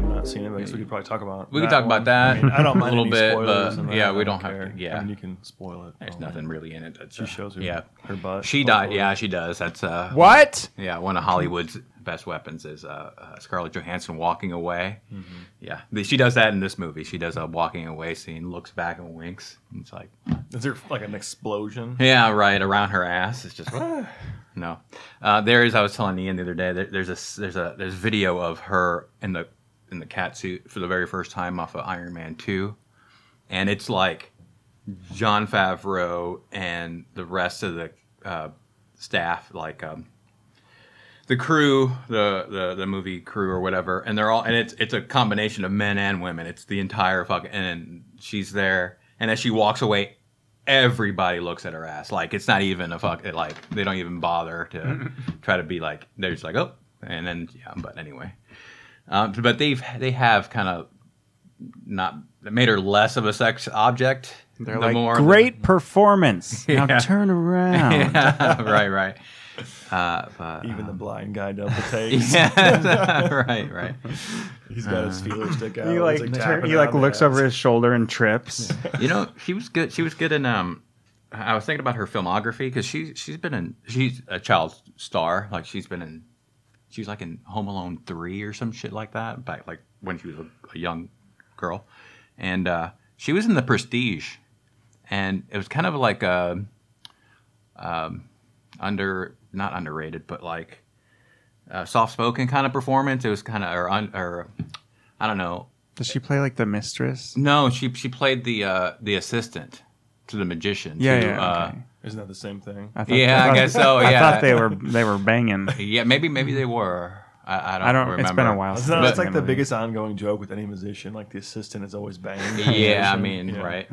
guess we could probably talk about. We could talk about one. that I, mean, I don't a mind little any bit, spoilers but and that. yeah, I we don't have care. to- yeah. I mean, you can spoil it. There's Um, nothing really in it. That's, She uh, shows her, Yeah, her butt. she died. Yeah, she does. That's uh, What? Yeah, one of Hollywood's best weapons is uh, uh, Scarlett Johansson walking away. Mm-hmm. Yeah, The- she does that in this movie. She does a walking away scene, looks back and winks. It's like, Is there like an explosion? yeah, right around her ass. It's just no. Uh, there is. I was telling Ian the other day. There, there's a s- there's a there's video of her in the in the cat suit for the very first time off of Iron Man two, and it's like John Favreau and the rest of the uh, staff, like um, the crew, the, the the movie crew or whatever, and they're all and it's it's a combination of men and women. It's the entire fucking and then she's there, and as she walks away, everybody looks at her ass. Like it's not even a fuck. It, like they don't even bother to try to be like they're just like oh, and then yeah. But anyway, um, but they've they have kind of not made her less of a sex object. They're the like more- great performance. Now Yeah. turn around. yeah, right, right. Uh, but, Even the blind guy does the take. yeah, right, right. He's got his feeler stick out. He He's, like tur- tapping he it like on the looks ass. over his shoulder and trips. You know, she was good. She was good in. Um, I was thinking about her filmography because she she's been in. She's a child star. Like she's been in. She was like in Home Alone three or some shit like that. Back like when she was a, a young girl, and uh, she was in The Prestige, and it was kind of like a, um, under not underrated, but like uh, soft spoken kind of performance. It was kind of or un, or I don't know. Does she play like the mistress? No, she she played the uh, the assistant to the magician. Yeah, to, yeah. uh, okay. Isn't that the same thing? I yeah, I thought- guess so, I yeah. thought they were they were banging. yeah. Maybe maybe they were. I, I don't. Mm-hmm. I don't. Remember. It's been a while. It's, Since not, I've it's seen like the movie. biggest ongoing joke with any musician. Like the assistant is always banging. the Yeah, I musician. mean, Yeah. right.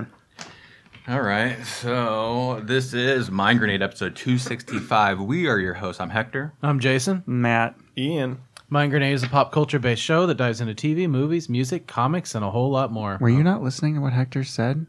All right, so this is Mind Grenade episode 265. We are your hosts. I'm Hector. I'm Jason. Matt. Ian, Mind Grenade is a pop culture based show that dives into TV, movies, music, comics, and a whole lot more. Were you not listening to what Hector said?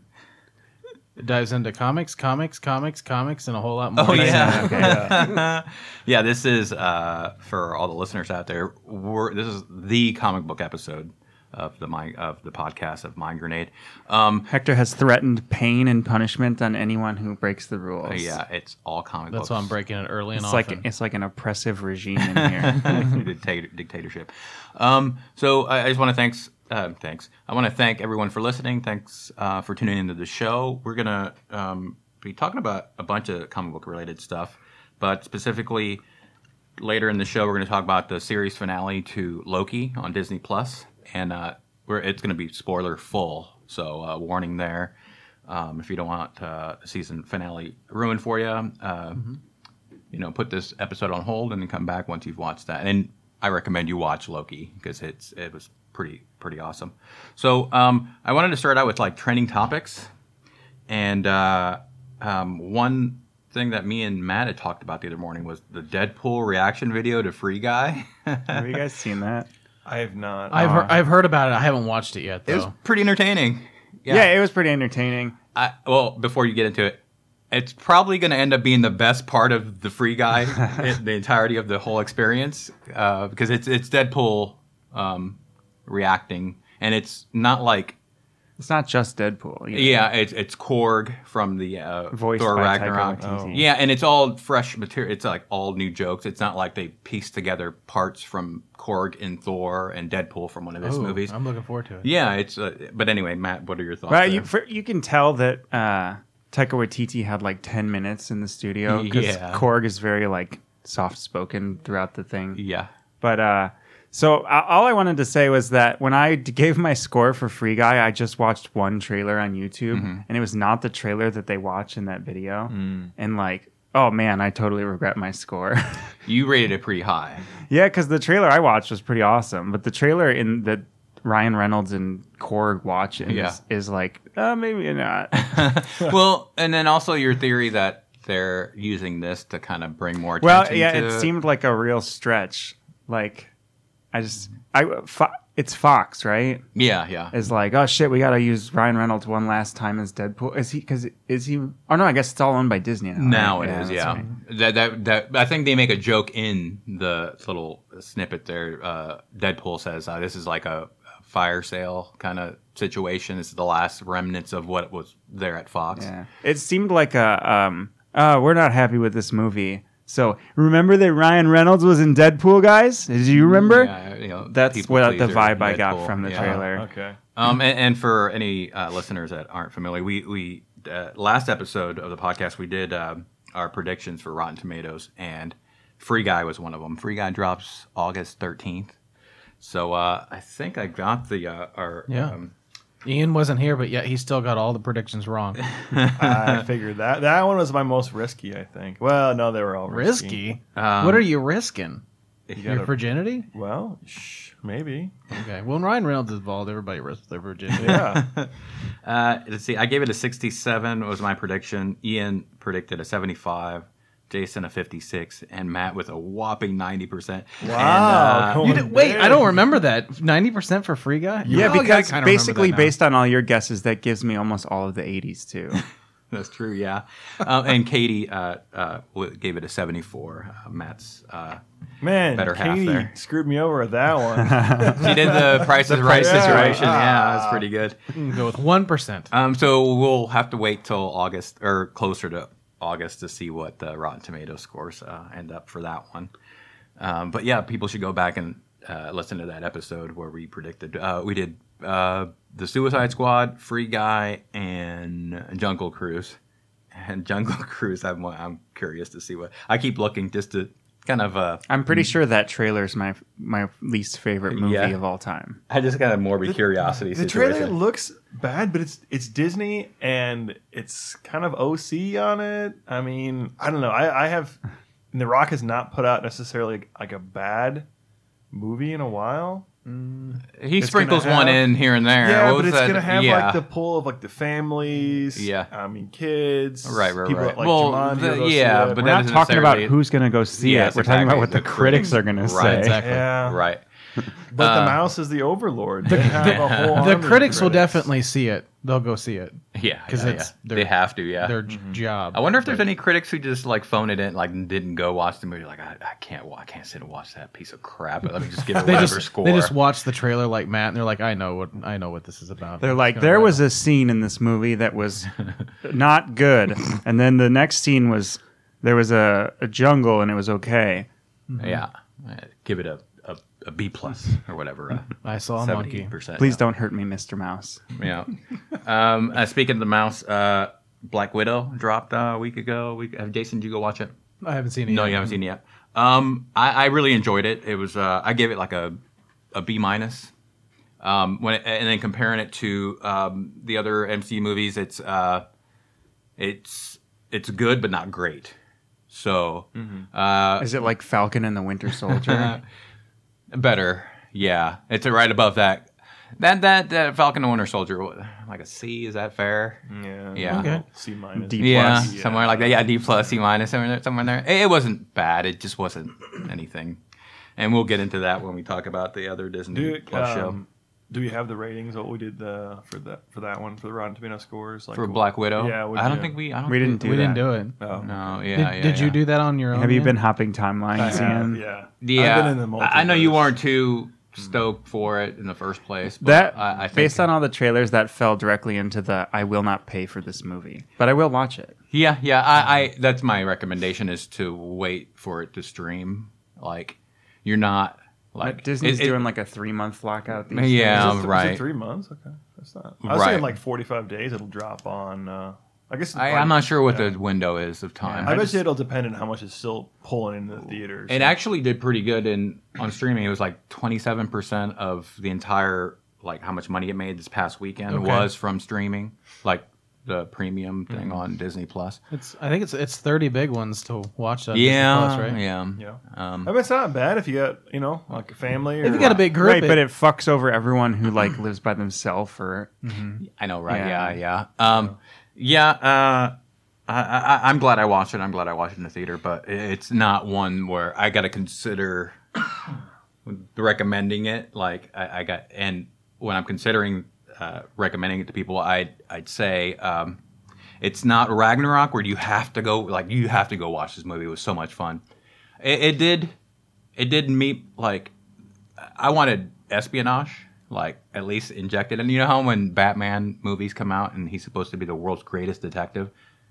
It dives into comics, comics, comics, comics, and a whole lot more. Oh, yeah. Okay. Yeah, this is uh, for all the listeners out there. We're, this is the comic book episode of the mind, of the podcast of Mind Grenade. Um, Hector has threatened pain and punishment on anyone who breaks the rules. yeah, it's all comic books. That's why I'm breaking it early and It's often. like it's like an oppressive regime in here. dictator, dictatorship. Um, so I, I just want to thanks, uh, thanks. I want to thank everyone for listening. Thanks uh, for tuning into the show. We're gonna um, be talking about a bunch of comic book related stuff, but specifically later in the show we're gonna talk about the series finale to Loki on Disney Plus, and uh, we're, it's gonna be spoiler full. So uh, warning there. Um, if you don't want uh, the season finale ruined for you, uh, you know, put this episode on hold and then come back once you've watched that. And I recommend you watch Loki because it's it was pretty pretty awesome. So um, I wanted to start out with like trending topics, and uh, um, one thing that me and Matt had talked about the other morning was the Deadpool reaction video to Free Guy. Have you guys seen that? I have not. I've, heard, I've heard about it. I haven't watched it yet, It was though. pretty entertaining. Yeah. it was pretty entertaining. I, well, before you get into it, it's probably going to end up being the best part of the free guy, it- the entirety of the whole experience, uh, because it's it's Deadpool um, reacting, and it's not like It's not just Deadpool. you know. yeah, it's it's Korg from the uh, Voiced Thor by Taika Ragnarok. Waititi. Oh. Yeah, and it's all fresh material. It's like all new jokes. It's not like they pieced together parts from Korg and Thor and Deadpool from one of his Ooh, movies. I'm looking forward to it. yeah, it's. Uh, but anyway, Matt, what are your thoughts? Well, you, there? for, you can tell that uh, Taika Waititi had like ten minutes in the studio because Yeah. Korg is very like soft spoken throughout the thing. yeah. But uh, so uh, all I wanted to say was that when I d- gave my score for Free Guy, I just watched one trailer on YouTube, Mm-hmm. and it was not the trailer that they watch in that video. Mm. And like, oh man, I totally regret my score. You rated it pretty high. yeah, because the trailer I watched was pretty awesome, but the trailer in that Ryan Reynolds and Korg watch is, Yeah. is like, uh, maybe not. well, and then also your theory that they're using this to kind of bring more attention Well, yeah, to it seemed like a real stretch. Like, I just, I, fo- it's Fox, right? yeah, yeah. Is like, oh shit, we gotta use Ryan Reynolds one last time as Deadpool. Is he? Because is he? Oh no, I guess it's all owned by Disney now. Now right? it is, that's yeah. right. That, that that I think they make a joke in the little snippet there. Uh, Deadpool says uh, this is like a fire sale kind of situation. This is the last remnants of what was there at Fox. Yeah. It seemed like a um uh we're not happy with this movie. So remember that Ryan Reynolds was in Deadpool, guys? Do you remember? Yeah, you know, That's people what the pleaser, vibe I got Deadpool, from the yeah. trailer. Okay. Um, and, and for any uh, listeners that aren't familiar, we we uh, last episode of the podcast we did um our predictions for Rotten Tomatoes, and Free Guy was one of them. Free Guy drops August thirteenth, so uh, I think I got the uh, our Yeah. um, Ian wasn't here, but yet he still got all the predictions wrong. I figured that that one was my most risky. I think. Well, no, they were all risky. Risky. Um, what are you risking? You Your gotta- virginity? well, shh, maybe. Okay. Well, when Ryan Reynolds is bald, everybody risks their virginity. Yeah. Uh, let's see. I gave it a 67 was my prediction. Ian predicted a 75. Jason a 56, and Matt with a whopping 90 percent. Wow. And, uh, You did, wait, I don't remember that. Ninety percent for free guy. Yeah, Oh, I because kinda remember basically that now. based on all your guesses, that gives me almost all of the '80s too. that's true. Yeah. Um, and Katie uh, uh, w- gave it a 74. Uh, Matt's. Uh, Man, Better half Katie there. screwed me over with that one. she did the Price is Right Price is Right. Ah. situation. Yeah, that's pretty good. Mm, go with one percent. Um, so we'll have to wait till August or closer to August to see what the Rotten Tomato scores uh, end up for that one. Um, but yeah, people should go back and uh, listen to that episode where we predicted uh, we did uh, the Suicide Squad, Free Guy, and Jungle Cruise. And Jungle Cruise, I'm I'm curious to see what I keep looking just to kind of uh, I'm pretty sure that trailer's my my least favorite movie Yeah. of all time. I just got a morbid curiosity the situation. trailer looks bad, but it's it's Disney and it's kind of OC on it. I mean, I don't know. I, I have and The Rock has not put out necessarily like a bad movie in a while. he It's sprinkles gonna one have- in here and there. Yeah, What but was it's that? gonna have Yeah. like the pull of like the families. Yeah. I mean kids. Right, right, people right. Like Well, Jumanji, the- will go see yeah, it. but We're that not isn't talking about necessarily- who's going to go see Yes, it. We're talking exactly, about what the the, critics, critics. are going to Right, say. exactly. yeah, right. But Uh, the mouse is the overlord. They have a whole army The of critics will definitely see it. They'll go see it. Yeah, 'Cause yeah, it's yeah. their- they have to. Yeah. Mm-hmm. Their j- job. I wonder if there's any critics who just like phone it in, like didn't go watch the movie. Like I, I can't, wa- I can't sit and watch that piece of crap. Let me just give it They whatever just score. they just watch the trailer like Matt, and they're like, I know what I know what this is about. They're like, It's gonna there write was a scene in this movie that was not good, and then the next scene was there was a, a jungle and it was okay. yeah, Uh, give it a, a, a B plus or whatever. Uh, I saw a monkey. percent. Please don't hurt me, Mr. Mouse. Yeah. Um, uh, speaking of the mouse, uh, Black Widow dropped uh, a week ago. We, uh, Jason, did you go watch it? I haven't seen it. No, yet. you haven't seen it yet. Um, I, I really enjoyed it. It was uh, I gave it like a a B minus. Um, when it, and then comparing it to um, the other MCU movies, it's uh, it's it's good but not great. So uh, Is it like Falcon and the Winter Soldier? better, yeah. It's right above that. That that that Falcon and Winter Soldier, what, like a C, is that fair? Yeah. Yeah. Okay. C minus. D Yeah, plus. somewhere like that. Yeah, D plus, C minus, somewhere there. Somewhere there. It, it wasn't bad. It just wasn't anything. And we'll get into that when we talk about the other Disney Do Plus show um, do we have the ratings? What we did the for that for that one for the Rotten Tomato scores? Like for wh- Black Widow. Yeah, what'd I don't you- think we. I don't We think- didn't do we that. didn't do it. Oh, No, yeah, did yeah. did you yeah. do that on your own? Have you Ian? been hopping timelines, Ian? yeah. Yeah, I've been in the multiverse. I I know you weren't too stoked for it in the first place. But That I, I think, based on all the trailers, that fell directly into the I will not pay for this movie, but I will watch it. Yeah, yeah. I, I that's my recommendation is to wait for it to stream. Like, you're not like Disney's it- it- doing like a three month lockout. Is Yeah, These it th- is it um, right. three months. Okay, that's not. I was Right. thinking like forty-five days. It'll drop on. Uh, I guess. it's I, like- I'm not sure what yeah. the window is of time. I, bet you it'll depend on how much is still pulling in the theaters. It actually did pretty good in on streaming. It was like twenty seven percent of the entire like how much money it made this past weekend Okay. was from streaming, like the premium thing Mm-hmm. on Disney Plus. It's I think it's it's thirty big ones to watch. On Disney Yeah, Plus, right? yeah, yeah. I Um, mean, it's not bad if you got you know like a family. Or, If you got a big group, right, but it fucks over everyone who like lives by themselves or I know, right? Yeah, Yeah. yeah, um, yeah. Uh, I, I, I'm glad I watched it. I'm glad I watched it in the theater, but i- it's not one where I got to consider recommending it. Like I, I got, and when I'm considering uh, recommending it to people, I'd I'd say um, it's not Ragnarok where you have to go. Like you have to go watch this movie. It was so much fun. It, it did, it did meet like I wanted espionage. like at least injected. And you know how when Batman movies come out and he's supposed to be the world's greatest detective,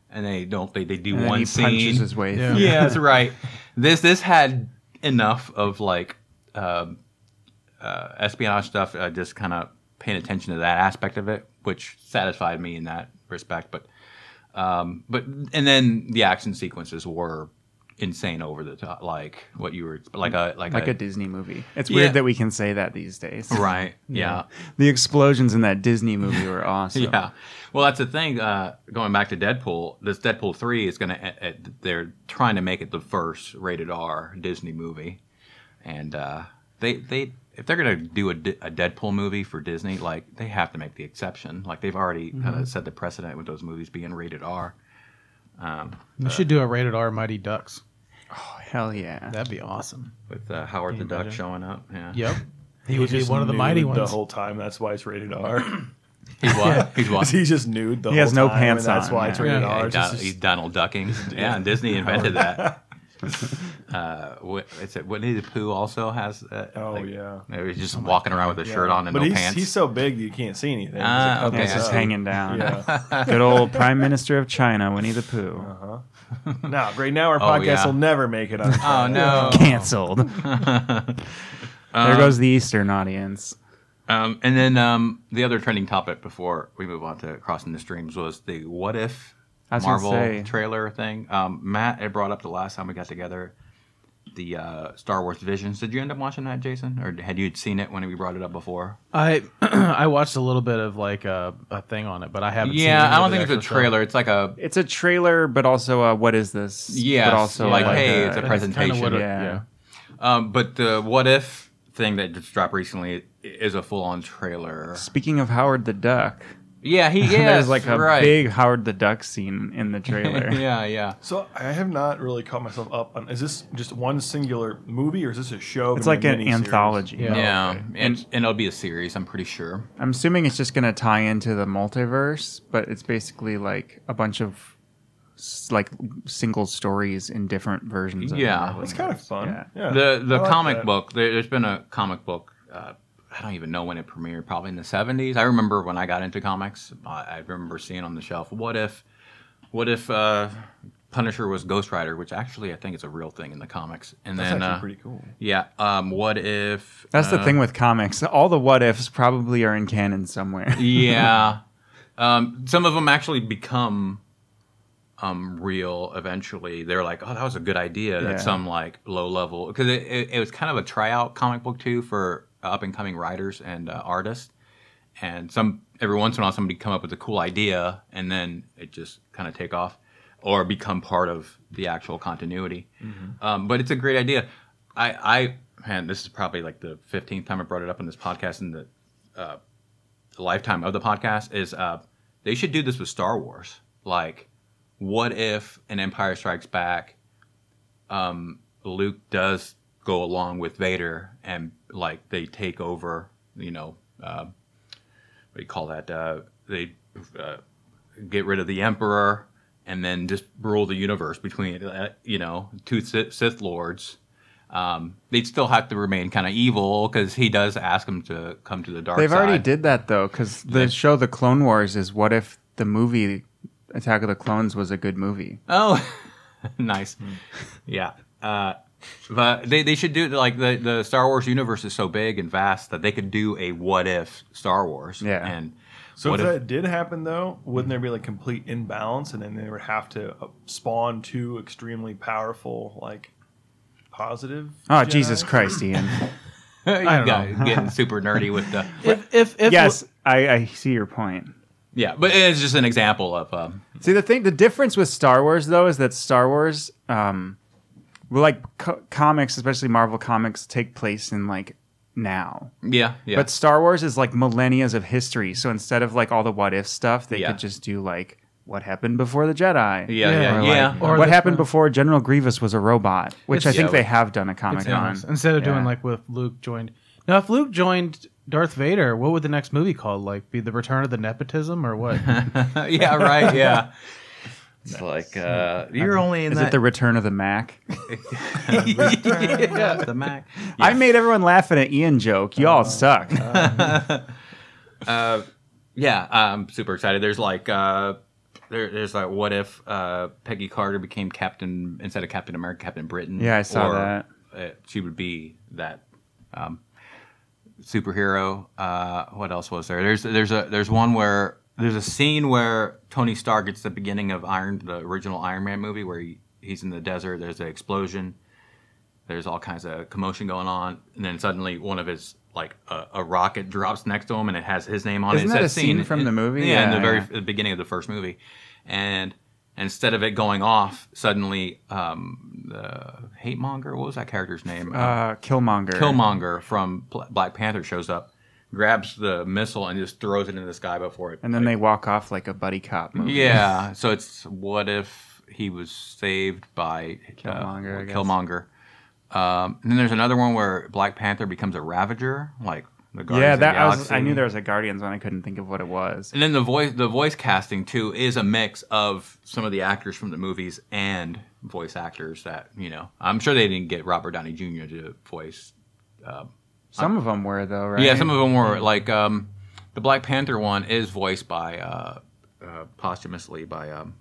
and they don't they they do And then one he scene. punches his way Yeah. through. yeah, that's right. This this had enough of like um uh, espionage stuff. uh, just kind of paying attention to that aspect of it, which satisfied me in that respect. But um, but and then the action sequences were insane over the top, like what you were like a like, Like a, a Disney movie. It's Yeah. weird that we can say that these days. right, yeah. The explosions in that Disney movie were awesome. Yeah. Well, that's the thing. Uh, going back to Deadpool, this Deadpool three is going to. They're trying to make it the first rated R Disney movie, and uh, they they if they're going to do a, D- a Deadpool movie for Disney, like they have to make the exception. Like they've already kind of set the precedent with those movies being rated R. You should do a rated R Mighty Ducks. Oh, hell yeah. That'd be awesome. With uh, Howard the Duck better. showing up, yeah, Yep. He would be just one of the nude mighty The ones. whole time. That's why it's rated R. he's what? He's what? He's just nude. The He whole has no time, pants and That's on, why it's yeah. rated Yeah, R. It's Donald, just- he's Donald Ducking. yeah, and Disney invented that. uh, what, is it Winnie the Pooh also has that? Oh, like, yeah. Maybe he's just walking around with a shirt on and but no he's, pants. he's so big that you can't see anything. He's Ah, like, okay. oh, It's just so- hanging down. Yeah. Good old Prime Minister of China, Winnie the Pooh. no, right now our Oh, podcast yeah. will never make it on. oh no! Cancelled. there goes the Eastern audience. Um, and then um, the other trending topic before we move on to crossing the streams was the what if I was gonna Marvel say. trailer thing. Um, Matt had brought up the last time we got together the uh, Star Wars Visions. Did you end up watching that, Jason, or had you seen it when we brought it up before? I I watched a little bit of like a, a thing on it, but I haven't. seen Yeah, any I of don't the think it's a actual show. trailer. It's like a It's a trailer, but also a what is this? Yes, But also uh, like, hey, a- it's a That's kinda presentation. what it- Yeah. Um, but the what if thing that just dropped recently is a full on trailer. Speaking of Howard the Duck, Yeah, he is. there's like a right. big Howard the Duck scene in the trailer. yeah, yeah. So I have not really caught myself up on. Is this just one singular movie, or is this a show? It's gonna like be a an miniseries? anthology. Yeah. yeah, Oh, okay. and, and it'll be a series. I'm pretty sure. I'm assuming it's just going to tie into the multiverse, but it's basically like a bunch of s- like single stories in different versions. Of Yeah. the That's kind of fun. Yeah. Yeah. the the I like comic that. book. There, there's been a comic book. Uh, I don't even know when it premiered. Probably in the 70s. I remember when I got into comics. I, I remember seeing on the shelf. What if, what if uh, Punisher was Ghost Rider, which actually I think is a real thing in the comics. And That's then actually uh, pretty cool. yeah, um, what if That's uh, the thing with comics. All the what ifs probably are in canon somewhere. yeah. Um, some of them actually become um, real eventually. They're like, oh, that was a good idea. That's Yeah. some like low level because it, it, it was kind of a tryout comic book too for up and coming writers and uh, artists. And some every once in a while somebody come up with a cool idea and then it just kind of take off or become part of the actual continuity. Um, but it's a great idea. I, I man, this is probably like the fifteenth time I brought it up on this podcast and the the lifetime of the podcast is uh, they should do this with Star Wars. Like, what if an Empire Strikes Back, um, Luke does go along with Vader and like they take over, you know, uh, what do you call that? Uh, they uh, get rid of the Emperor and then just rule the universe between, uh, you know, two Sith Sith lords. Um, they'd still have to remain kind of evil because he does ask them to come to the dark They've side. already did that though, because the show The Clone Wars is what if the movie Attack of the Clones was a good movie? Oh, nice. Yeah. Uh, but they, they should do like the, the Star Wars universe is so big and vast that they could do a what if Star Wars. Yeah. And So what if if- that did happen, though, wouldn't there be like complete imbalance, and then they would have to uh, spawn two extremely powerful, like positive? Oh Jedi? Jesus Christ, Ian! you I don't guys getting super nerdy with the If if, if yes, I, I see your point. yeah, but it's just an example of um, See the thing, the difference with Star Wars though is that Star Wars, um, well, like co- comics, especially Marvel comics, take place in like now. yeah yeah But Star Wars is like millennia of history. So instead of like all the what if stuff, they Yeah. could just do like what happened before the Jedi. yeah Yeah. yeah Or, yeah. like, Or what the- happened before General Grievous was a robot, which I It's- think Yeah, they have done a Comic Con. instead of doing Yeah. like with Luke joined. Now, if Luke joined Darth Vader, what would the next movie called? Like, be the Return of the Nepotism or what? yeah right yeah It's like uh, you're only in Is that. it the return of the Mac? yeah, the Mac? I made everyone laugh at an Ian joke. Oh. Y'all suck. Yeah, I'm super excited. There's like uh, there, there's like what if uh, Peggy Carter became Captain instead of Captain America, Captain Britain? Yeah, I saw Or, that. Uh, she would be that um, superhero. Uh, what else was there? There's there's a there's one where there's a scene where Tony Stark. It's the beginning of Iron, the original Iron Man movie, where he, he's in the desert. There's an explosion. There's all kinds of commotion going on, and then suddenly one of his like a, a rocket drops next to him, and it has his name on it. Isn't It's that a scene from in- the movie? Yeah, in Yeah, the very yeah. the beginning of the first movie, and instead of it going off, suddenly um, the hate monger. What was that character's name? Uh, Killmonger. Killmonger from Pla- Black Panther shows up, grabs the missile and just throws it into the sky before it. And then they walk off like a buddy cop movie. yeah. So it's what if he was saved by uh, Killmonger, I guess. Killmonger. Um, and then there's another one where Black Panther becomes a Ravager, like the Guardians yeah. of the That I, was, Galaxy. Uh, I knew there was a Guardians one. I couldn't think of what it was. And then the voice, the voice casting too, is a mix of some of the actors from the movies and voice actors that you know. I'm sure they didn't get Robert Downey Jr. to voice Some of them were though, right? Yeah, some of them were like um, the Black Panther one is voiced by uh, uh, posthumously by um,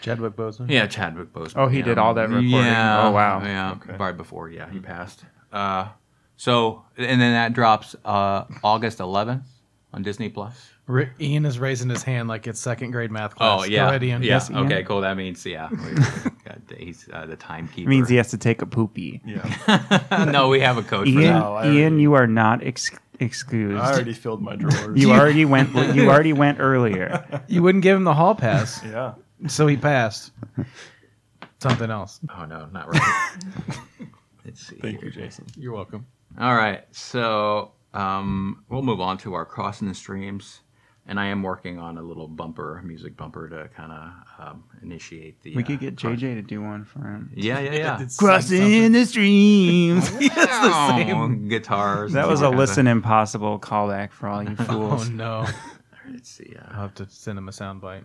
Chadwick Boseman. yeah Chadwick Boseman. Oh, he Yeah. did all that recording? Yeah. Oh, wow. Yeah. Okay. Right before, yeah, he passed. Uh, so and then that drops uh, August 11th on Disney Plus. Ri- Ian is raising his hand like it's second grade math class. Oh yeah, Go ahead, Ian. yeah. Yes, Ian. okay, cool. That means yeah, we- God, he's uh, the timekeeper. It means he has to take a poopy. Yeah. no, we have a code for Ian, that. No, I Ian, already- you are not ex- excused. I already filled my drawers. you already went. You already went earlier. You wouldn't give him the hall pass, Yeah. so he passed. Something else. Oh no, not right. Let's see. Thank here. you, Jason. You're welcome. All right, so um, we'll move on to our crossing the streams, and I am working on a little bumper, music bumper, to kind of um, initiate the. We uh, could get JJ to do one for him. Yeah, yeah, yeah. Crossing the streams. It's the same guitars. That and was a stuff like listen impossible callback for all you Oh fools. no! Let's see. I'll Uh, have to send him a soundbite.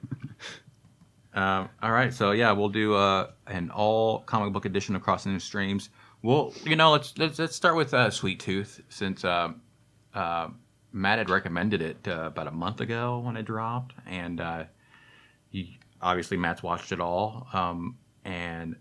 um, all right, so yeah, we'll do uh, an all comic book edition of crossing the streams. Well, you know, let's let's, let's start with uh, Sweet Tooth since. um uh, Matt had recommended it uh, about a month ago when it dropped, and uh, he, obviously Matt's watched it all, um, and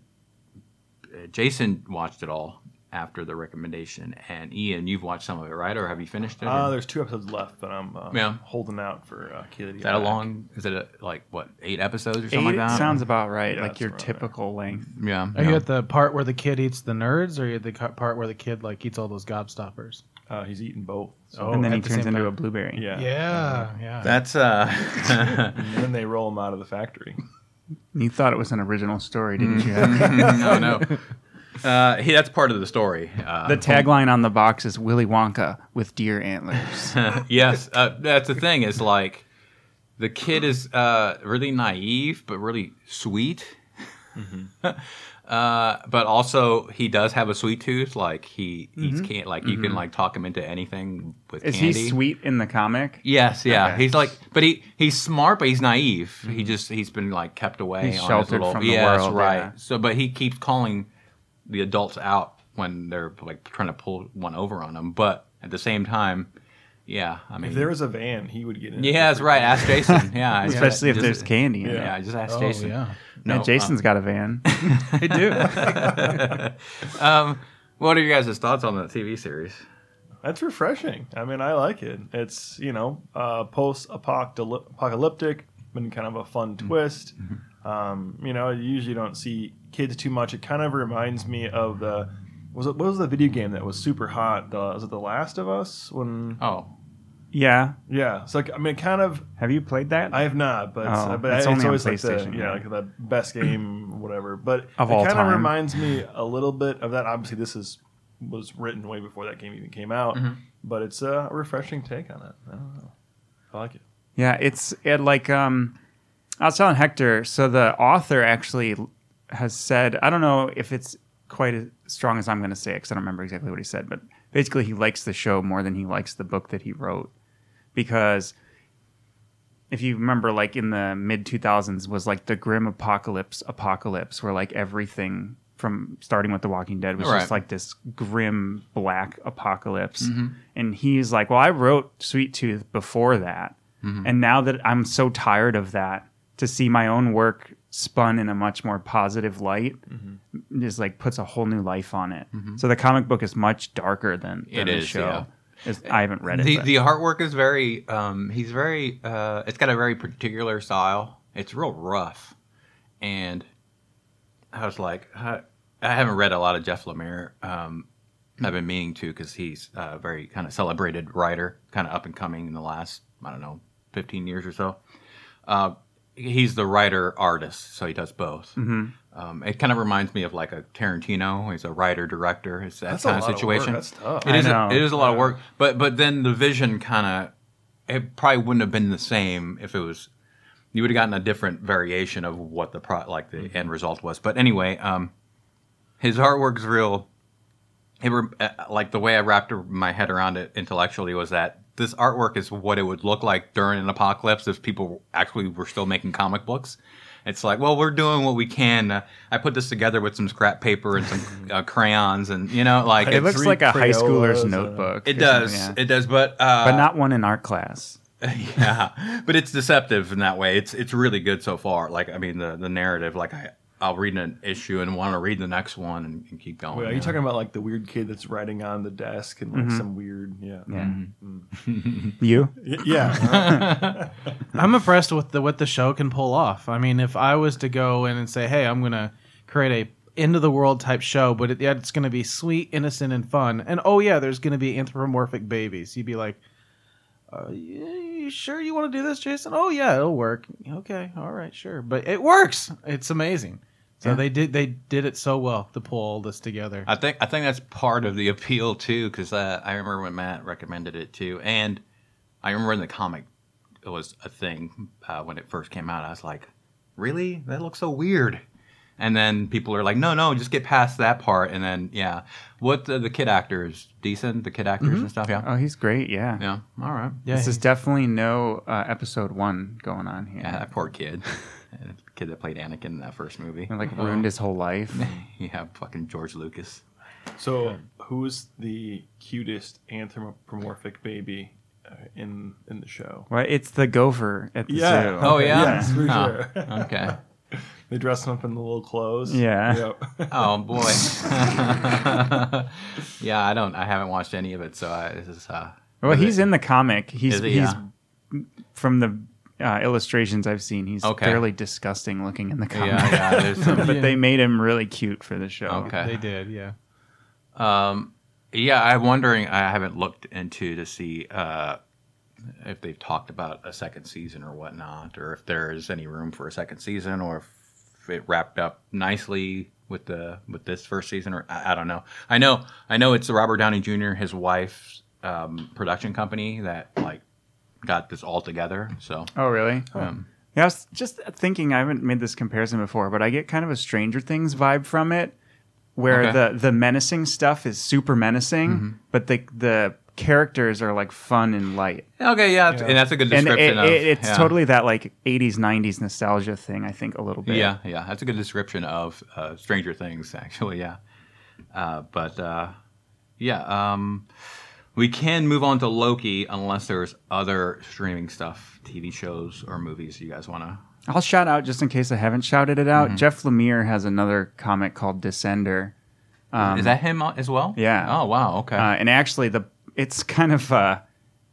uh, Jason watched it all after the recommendation, and Ian, you've watched some of it, right? Or have you finished it? Uh, there's two episodes left, but I'm uh, Yeah. holding out for uh, Keely. to is get that a back. long? Is it a, like what eight episodes or something Eight like that? sounds about right. Yeah, like that's your around there. typical length. yeah. Are yeah. you at the part where the kid eats the nerds, or are you at the cu- part where the kid like eats all those gobstoppers? Uh, he's eating both. So, Oh, and then at he the turns same into a time. blueberry. yeah. Yeah, yeah. That's uh. And then they roll him out of the factory. You thought it was an original story, didn't Mm. no, you? no. Uh, he, that's part of the story. Uh, the tagline on the box is Willy Wonka with deer antlers. yes, uh, that's the thing. Is like the kid is uh, really naive, but really sweet. Mm-hmm. uh, but also, he does have a sweet tooth. Like he eats can't. Like you can like talk him into anything with Is candy. he sweet in the comic? Yes, yeah. Okay. Mm-hmm. He's like, but he he's smart, but he's naive. He just he's been like kept away. He's on his sheltered little, from the Yes, world, right? yeah. So, but he keeps calling the adults out when they're like trying to pull one over on him. But at the same time, yeah, I mean, If there was a van, he would get in. it yeah, that's for right. Ask Jason. Yeah, I- Especially if just- there's candy in Yeah, it. I just asked Oh, Jason. yeah. No, No, uh, Jason's got a van. I do. Um, what are you guys' thoughts on the TV series? free. That's refreshing. I mean, I like it. It's, you know, uh, post apocalyptic, been kind of a fun twist. Um, you know, you usually don't see kids too much. It kind of reminds me of the. Was it, what was the video game that was super hot? The, was it The Last of Us? When Oh, yeah. yeah, so like I mean, it kind of Have you played that? I have not, but uh, Oh, but it's it's, only on always like the, PlayStation, yeah, yeah. like the best game, whatever. But Of it all kind of time. reminds me a little bit of that. Obviously, this is was written way before that game even came out, Mm-hmm. but it's a refreshing take on it. I don't know. I like it. yeah, it's it like um I was telling Hector, so the author actually has said, I don't know if it's quite as strong as I'm going to say it because I don't remember exactly what he said, but basically he likes the show more than he likes the book that he wrote because if you remember, like in the mid 2000s, was like the grim apocalypse apocalypse, where like everything from starting with The Walking Dead was Right. Mm-hmm. just like this grim black apocalypse. And he's like, Well, I wrote Sweet Tooth before that. Mm-hmm. And now that I'm so tired of that, to see my own work spun in a much more positive light Mm-hmm. just like puts a whole new life on it. So the comic book is much darker than, It than the is, show. yeah. It's- I haven't read it. the but- the artwork is very um he's very uh it's got a very particular style it's real rough and i was like I, I haven't read a lot of jeff lemire um i've been meaning to because he's a very kind of celebrated writer kind of up and coming in the last i don't know 15 years or so uh he's the writer artist so he does both Hmm. Mm-hmm. um, it kind of reminds me of like a tarantino he's a writer director it's that That's a kind lot of of work. situation That's tough. It Oh, I is a- know. it is a lot of work, but but then the vision kind of it probably wouldn't have been the same if it was you would have gotten a different variation of what the pro, like the end result was. But anyway, um, his artwork's real. It re- uh, like the way I wrapped my head around it intellectually was that this artwork is what it would look like during an apocalypse if people actually were still making comic books. It's like, well, we're doing what we can. Uh, I put this together with some scrap paper and some uh, crayons, and you know, like it it's looks three like a high Crayolas uh, schooler's and- notebook. it or something, does. yeah. It does. But uh, but not one in art class. yeah, but it's deceptive in that way. It's it's really good so far. Like I mean, the the narrative. Like I I'll read an issue and want to read the next one and, and keep going. Wait, are yeah. you talking about like the weird kid that's writing on the desk and like some weird, yeah, Mm-hmm. Yeah. Mm-hmm. you? Y- yeah. I'm impressed with the what the show can pull off. I mean, if I was to go in and say, "Hey, I'm going to create a end of the world type show," but it, yeah, it's going to be sweet, innocent, and fun, and oh yeah, there's going to be anthropomorphic babies. You'd be like, uh, you, you sure you want to do this, Jason? Oh yeah, it'll work. Okay, all right, sure, but it works. It's amazing. So Yeah. they did they did it so well to pull all this together. I think I think that's part of the appeal too, because uh, I remember when Matt recommended it too, and I remember in the comic it was a thing uh, when it first came out. I was like, really? That looks so weird. And then people are like, no, no, just get past that part. And then yeah, what the, the kid actors decent, the kid actors and stuff. Yeah, Oh, he's great. Yeah. yeah, all right. yeah, This is definitely no uh, episode one going on here. Yeah, that poor kid. And the kid that played Anakin in that first movie. It, like ruined his whole life. Yeah, fucking George Lucas. so, who's the cutest anthropomorphic baby uh, in in the show? well, it's the gopher at the Yeah. zoo. Oh, yeah? Yes, for Huh. sure. Okay. They dress him up in the little clothes. Yeah. Yep. Oh boy. yeah, I don't. I haven't watched any of it, so I, this is. Uh, Well, is he's it- in the comic. He's Is he? he's Yeah. from the uh, illustrations I've seen. He's Okay. fairly disgusting looking in the Yeah, comic. yeah. There's some, but they made him really cute for the show. okay. they did. Yeah. Um, yeah, I'm wondering. I haven't looked into to see uh, if they've talked about a second season or whatnot, or if there is any room for a second season, or if it wrapped up nicely with the with this first season, or I, I don't know. I know, I know, it's Robert Downey Jr. his wife's um, production company that like got this all together. So Oh, really? um, Yeah, I was just thinking. I haven't made this comparison before, but I get kind of a Stranger Things vibe from it, where Okay. Mm-hmm. the the menacing stuff is super menacing, but the the characters are like fun and light. okay, yeah, and that's a good And it, description. of, it- it's yeah. totally that like 80s 90s nostalgia thing, I think a little bit. Yeah, yeah, that's a good description of uh, Stranger Things, actually. Yeah, uh, but uh, yeah, um, we can move on to Loki unless there's other streaming stuff, TV shows or movies you guys want to. I'll shout out just in case I haven't shouted it Mm-hmm. out. Jeff Lemire has another comic called Descender. Um, Is that him uh, as well? yeah. Oh wow. Okay. Uh, and actually, the it's kind of uh,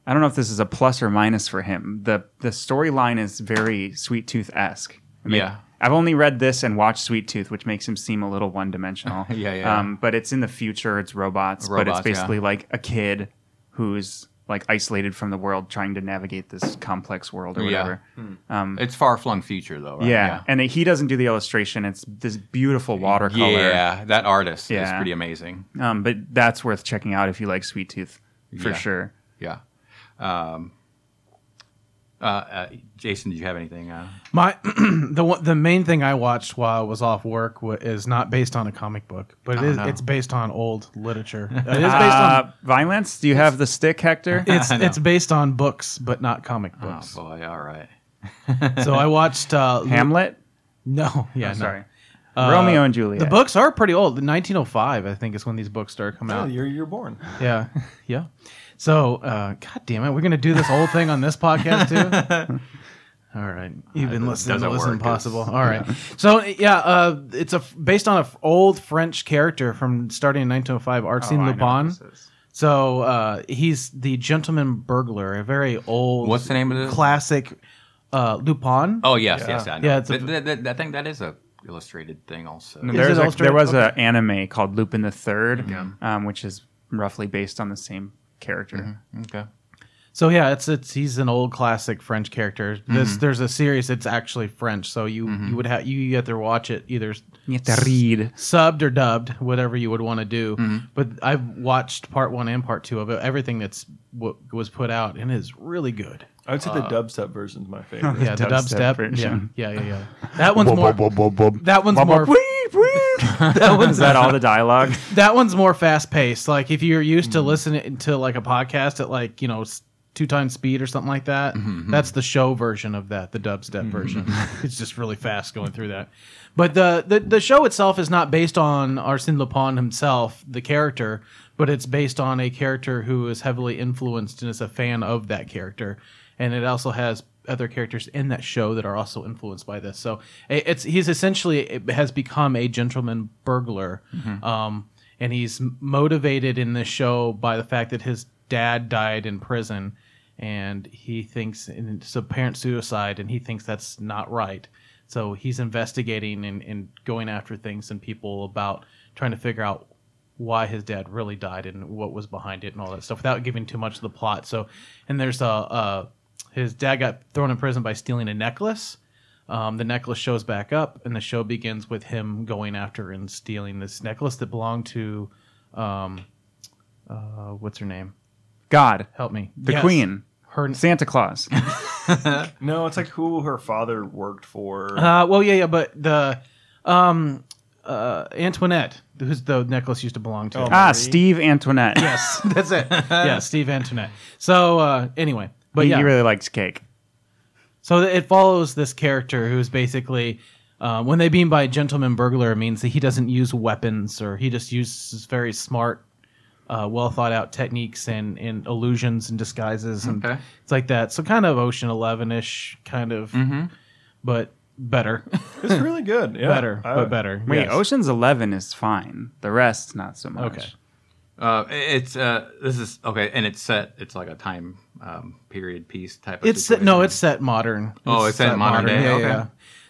I don't know if this is a plus or minus for him. the The storyline is very Sweet Tooth esque. Yeah. I've only read this and watched Sweet Tooth, which makes him seem a little one dimensional. Yeah, yeah. Um, but it's in the future. It's robots, but Robots, it's basically like a kid who's like isolated from the world, trying to navigate this complex world or Yeah. Mm-hmm. whatever. Um, it's far flung future though. Right? yeah. and he doesn't do the illustration. It's this beautiful Yeah. watercolor. Yeah, that artist is Yeah. pretty amazing. Um, but that's worth checking out if you like Sweet Tooth for Yeah. sure. Yeah. Um, uh, uh, Jason, did you have anything? Uh, My the one, the main thing I watched while I was off work wa- is not based on a comic book, but it Oh, is no. it's based on old literature. It is based on Uh, violence. Do you have the stick, Hector? it's I know. it's based on books, but not comic oh books. boy. All right. so I watched uh, Hamlet. No, Oh, yeah, no. sorry, Uh, Romeo and Juliet. The books are pretty old. 1905, I think, is when these books started coming No, out. you're you're born. Yeah, yeah. So, uh, god damn it, we're gonna do this whole thing on this podcast too. All right, Uh, you've been It listening doesn't to Listen work. Impossible. All right, so yeah, uh, it's a f- based on an f- old French character from starting in 1905, Arsène Oh, I know what Lupin. this is. So uh, he's the gentleman burglar, a very old. What's the name of this? classic uh, Lupin? Oh yes, Yeah. yes, I know. Yeah, it's a- Th- th- th- I think that is a illustrated thing also. No, Is there's it a- illustrated? there was Okay. an anime called Lupin the Third, um, which is roughly based on the same character. Mm-hmm. Okay. So yeah, it's it's he's an old classic French character. This there's a series that's actually French, so you you would have you, you have to watch it either s- You have to read. subbed or dubbed, whatever you would want to do. Mm-hmm. But I've watched part one and part two of it, everything that's what was put out, and it's really good. I would say the dubstep version's my favorite. Uh, Yeah, the dubstep dubstep. version. Yeah, yeah, yeah, yeah. That one's more. That one's Bub- more. bub- weep, weep. is that all the dialogue? That one's more fast paced. Like if you're used to listening to like a podcast at like you know s- two times speed or something like that, that's the show version of that, the dubstep version. It's just really fast going through that. But the, the the show itself is not based on Arsène Lupin himself, the character, but it's based on a character who is heavily influenced and is a fan of that character, and it also has other characters in that show that are also influenced by this. So i- it's he's essentially has become a gentleman burglar. Um, and he's m- motivated in this show by the fact that his dad died in prison and he thinks and it's apparent suicide and he thinks that's not right so he's investigating and, and going after things and people about trying to figure out why his dad really died and what was behind it and all that stuff without giving too much of the plot so and there's a uh, his dad got thrown in prison by stealing a necklace um, the necklace shows back up, and the show begins with him going after and stealing this necklace that belonged to, um, uh, what's her name? God, Help me. the Yes. Oh, Queen, Her. Santa Claus. No, it's like who her father worked for. Uh, well, yeah, yeah, but the um, uh, Antoinette, who's the necklace used to belong to. Oh. ah, Marie. Steve Antoinette. Yes, that's it. yeah, Steve Antoinette. So uh, anyway, but he, yeah, he really likes cake. So it follows this character who's basically, uh, when they mean by gentleman burglar, it means that he doesn't use weapons or he just uses very smart, uh, well thought out techniques and, and illusions and disguises and Okay. it's like that. So kind of Ocean Eleven ish kind of, Mm-hmm. but better, It's really good. Yeah. better, I- but better. Wait, yes. Ocean's Eleven is fine. The rest, not so much. Okay. Uh, it's uh, this is okay, and it's set. It's like a time um, period piece type. Of It's set, situation. no, it's set modern. Oh, it's set modern day, Yeah, okay. yeah.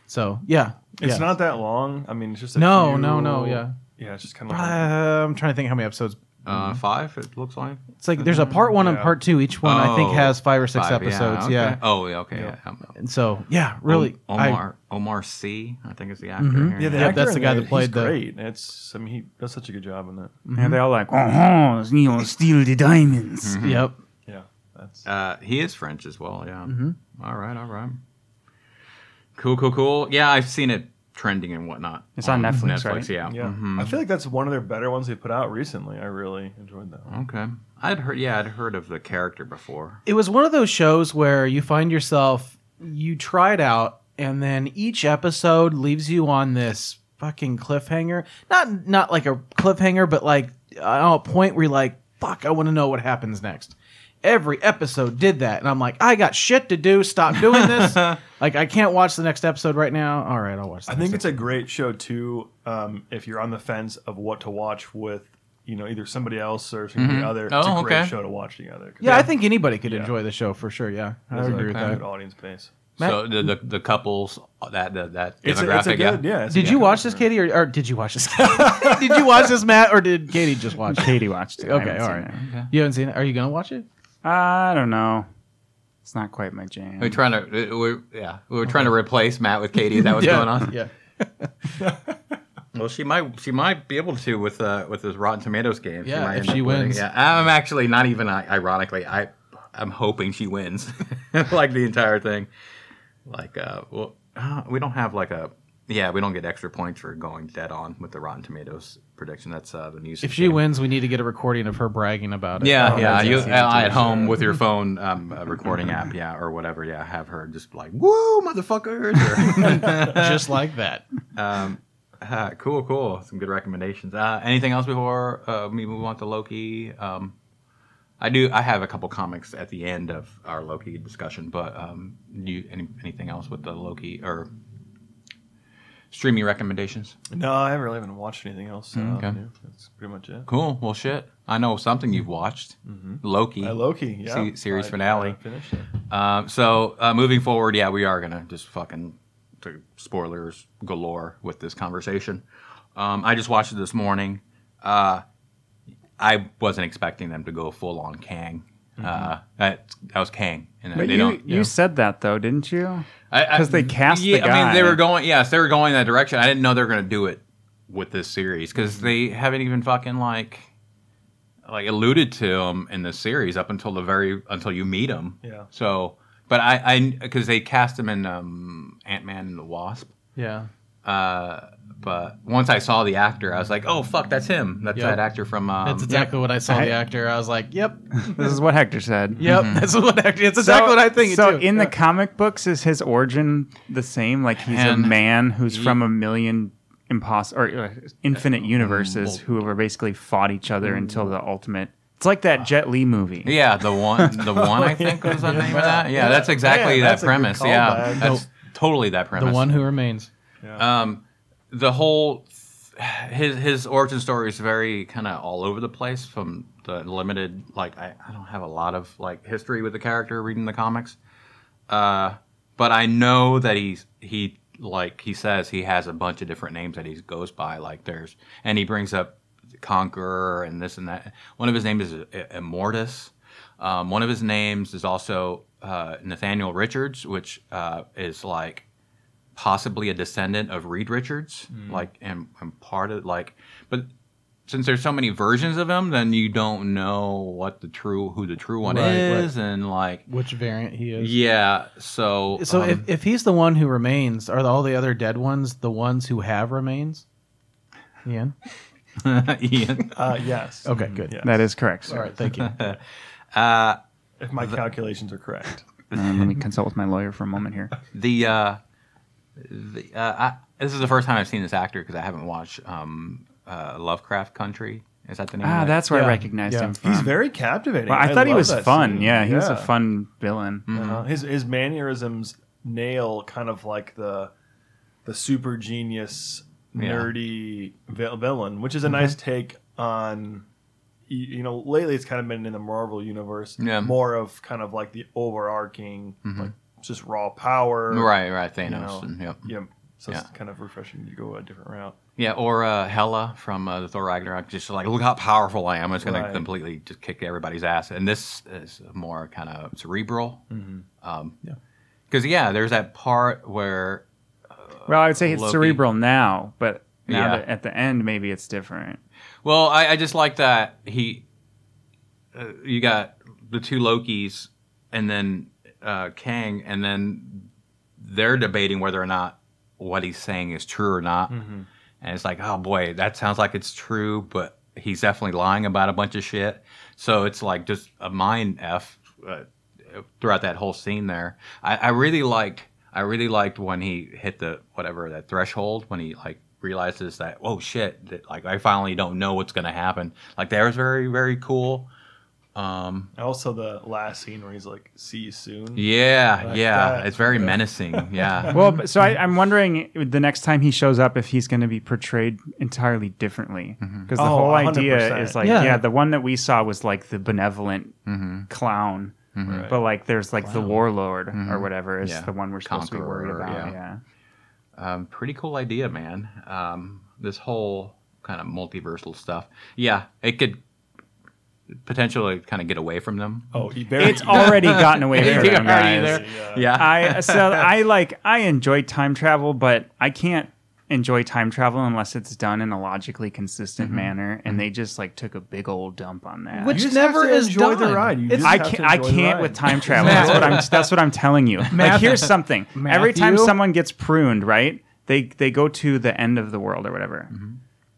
So yeah, It's yeah. not that long. I mean, it's just a No, few- no, no, yeah. Yeah, it's just kind Uh, of like I'm trying to think how many episodes uh, five. It looks like It's like there's a part one and Yeah. part two. Each one I think Mm-hmm. Oh, has five or six five, episodes. okay. Yeah. Oh, yeah. Okay. Yeah. And so yeah, really, O- I- Mm-hmm. Omar. Omar C. I think is the actor. Here. yeah, the Yeah, actor that's in the guy there, that played he's the- Great. It's I mean he does such a good job in that. Mm-hmm. Yeah, they're all like, oh, you know, steal the diamonds. Mm-hmm. Yep. Yeah, that's Uh, he is French as well. Yeah. Mm-hmm. All right. All right. Cool. Cool. Cool. Yeah, I've seen it trending and whatnot. It's on Netflix, right? Yeah. yeah. Mhm. Mm-hmm. I feel like that's one of their better ones they put out recently. I really enjoyed that. One. Okay. I'd heard. Yeah, I'd heard of the character before. It was one of those shows where you find yourself you try it out, and then each episode leaves you on this fucking cliffhanger. Not not like a cliffhanger, but like on a point where you're like, fuck, I want to know what happens next. Every episode did that, and I'm like, I got shit to do. Stop doing this. like, I can't watch the next episode right now. All right, I'll watch. The I next think it's a great show too. Um, if you're on the fence of what to watch with, you know, either somebody else or somebody other, it's Oh, a great okay. show to watch together. 'Cause Mm-hmm. Yeah, I think anybody could Yeah. enjoy the show for sure. Yeah, I it's would agree a with good that. audience base. So the, the the couples that that, that It's a, demographic. it's a good, yeah. it's a Did good you watch this, demographic. Katie, or, or did you watch this? did you watch this, Matt, or did Katie just watch it? Katie watched it. I Okay, haven't all seen right. it. You haven't seen it. Are you gonna watch it? I don't know. It's not quite my jam. We're trying to, uh, we're, yeah, we were trying to replace Matt with Katie. Is that what's yeah. going on? Yeah. Well, she might, she might be able to with uh, with this Rotten Tomatoes game. Yeah, might if end she up winning. wins. Yeah, I'm actually not even uh, ironically. I, I'm hoping she wins, like the entire thing. Like, uh, well, uh, we don't have like a yeah, we don't get extra points for going dead on with the Rotten Tomatoes prediction. That's uh, the news. If she wins, we need to get a recording of her bragging about it. Yeah, Oh, yeah. that's You easy uh, to at do, home sure. with your phone um, uh, recording app, yeah, or whatever. Yeah, have her just like, "Woo, motherfuckers!" Or- Oh, just like that. um, uh, cool, cool. Some good recommendations. Uh, anything else before uh, we move on to Loki? Um, I do. I have a couple comics at the end of our Loki discussion, but um, do you, any, anything else with the Loki or streaming recommendations? No, I really haven't watched anything else. So Mm, okay. That's pretty much it. Cool. Well, shit. I know something you've watched. Loki. I Uh, Loki, yeah. Se- series I- finale. I finished it. Um, so uh, moving forward, yeah, we are gonna just fucking do spoilers galore with this conversation. Um, I just watched it this morning. Uh, I wasn't expecting them to go full on Kang. Uh, that, that was Kang, and Mm-hmm. But they you, don't. you said that though, didn't you? I- I- 'cause they cast the Yeah, I mean, they guy. were going. Yes, they were going that direction. I didn't know they were gonna do it with this series because they haven't even fucking like like alluded to him in the series up until the very until you meet him. Yeah. So, but I, I, because they cast him in um, Ant Man and the Wasp. Yeah. Uh, but once I saw the actor, I was like, oh fuck, that's him. That's Yeah. that actor from. Um, Mm-hmm. That's exactly what I saw I- the actor. I was like, yep, This is what Hector said. yep. That's what actor. That's So- exactly what I think. So too. in Yeah. the comic books, is his origin the same? Like he's And a man who's he- from a million impos or uh, infinite universes who were basically fought each Mm. other until the ultimate. It's like that Jet Li movie. Yeah, the one, the one I think was the name of that. Yeah, that's exactly Yeah, that's that a good premise. callback. Yeah, that's The- totally that the premise. one who remains. um, the whole his his origin story is very kind of all over the place from the limited like I, I don't have a lot of like history with the character reading the comics uh, but i know that he's he like he says he has a bunch of different names that he goes by like there's and he brings up conqueror and this and that one of his names is I- immortus um, one of his names is also uh, nathaniel richards which uh, is like possibly a descendant of Reed Richards, Mm. like and, and part of like, but since there's so many versions of him, then you don't know what the true who the true one Right, right. is, and like Which variant he is? yeah, so So um, if, if he's the one who remains, are all the other dead ones the ones who have remains? Ian. um, Ian, Uh, yes. Okay. Good. Yeah. That is correct. All Sir. right. Thank you. uh, If my calculations are correct. Um, let me consult with my lawyer for a moment here. the uh, the uh, I, this is the first time I've seen this actor because I haven't watched um, uh, Lovecraft Country. Is that the name? Ah, of it? that's where Yeah, I recognized yeah. him from. He's very captivating. Well, I thought he love was that fun. scene. Yeah, he was a fun villain. Mm-hmm. Uh, his his mannerisms nail kind of like the the super genius Yeah. Mm-hmm. nerdy vil- villain, which is a nice take on y- you know lately it's kind of been in the Marvel universe Yeah. Mm-hmm. more of kind of like the overarching like just raw power right, right, you know. Thanos. and, yep. yeah so Yeah. it's kind of refreshing to go a different route Yeah, or uh, Hela from uh, the Thor Ragnarok, just like look how powerful I am. It's going to Right. completely just kick everybody's ass. And this is more kind of cerebral. Um, Yeah. Because yeah, there's that part where Well, I would say it's Loki. cerebral now, but now Yeah. that at the end, maybe it's different. Well, I, I just like that he. Uh, you got the two Lokis, and then uh, Kang, and then they're debating whether or not what he's saying is true or not. And it's like, oh boy, that sounds like it's true, but he's definitely lying about a bunch of shit. So it's like just a mind f uh, throughout that whole scene there. I, I really liked. I really liked when he hit the whatever that threshold when he like realizes that oh shit that, like I finally don't know what's gonna happen. Like that was very very cool. Um, also the last scene where he's like see you soon yeah, Like yeah, that. it's very menacing. Yeah, Well, but- so I, I'm wondering the next time he shows up if he's going to be portrayed entirely differently because the Oh, whole idea 100%. is like, Yeah. yeah. the one that we saw was like the benevolent Mm-hmm. clown, Right. but like there's like the warlord or whatever is Yeah. the one we're supposed to be worried Conqueror, about. yeah. Yeah. um, pretty cool idea, man. Um, this whole kind of multiversal stuff. Yeah, it could potentially kind of get away from them. oh he buried it's already gotten away Yeah, from them, already guys. there. Oh, Yeah, I so I like I enjoy time travel, but I can't enjoy time travel unless it's done in a logically consistent manner. And they just like took a big old dump on that. Which You just never have to is enjoy done. the ride. You It's- just I have to can't. I enjoy the can't ride. with time travel. that's what I'm. That's what I'm telling you. Like, here's something. Every time Matthew? someone gets pruned, right? they they go to the end of the world or whatever.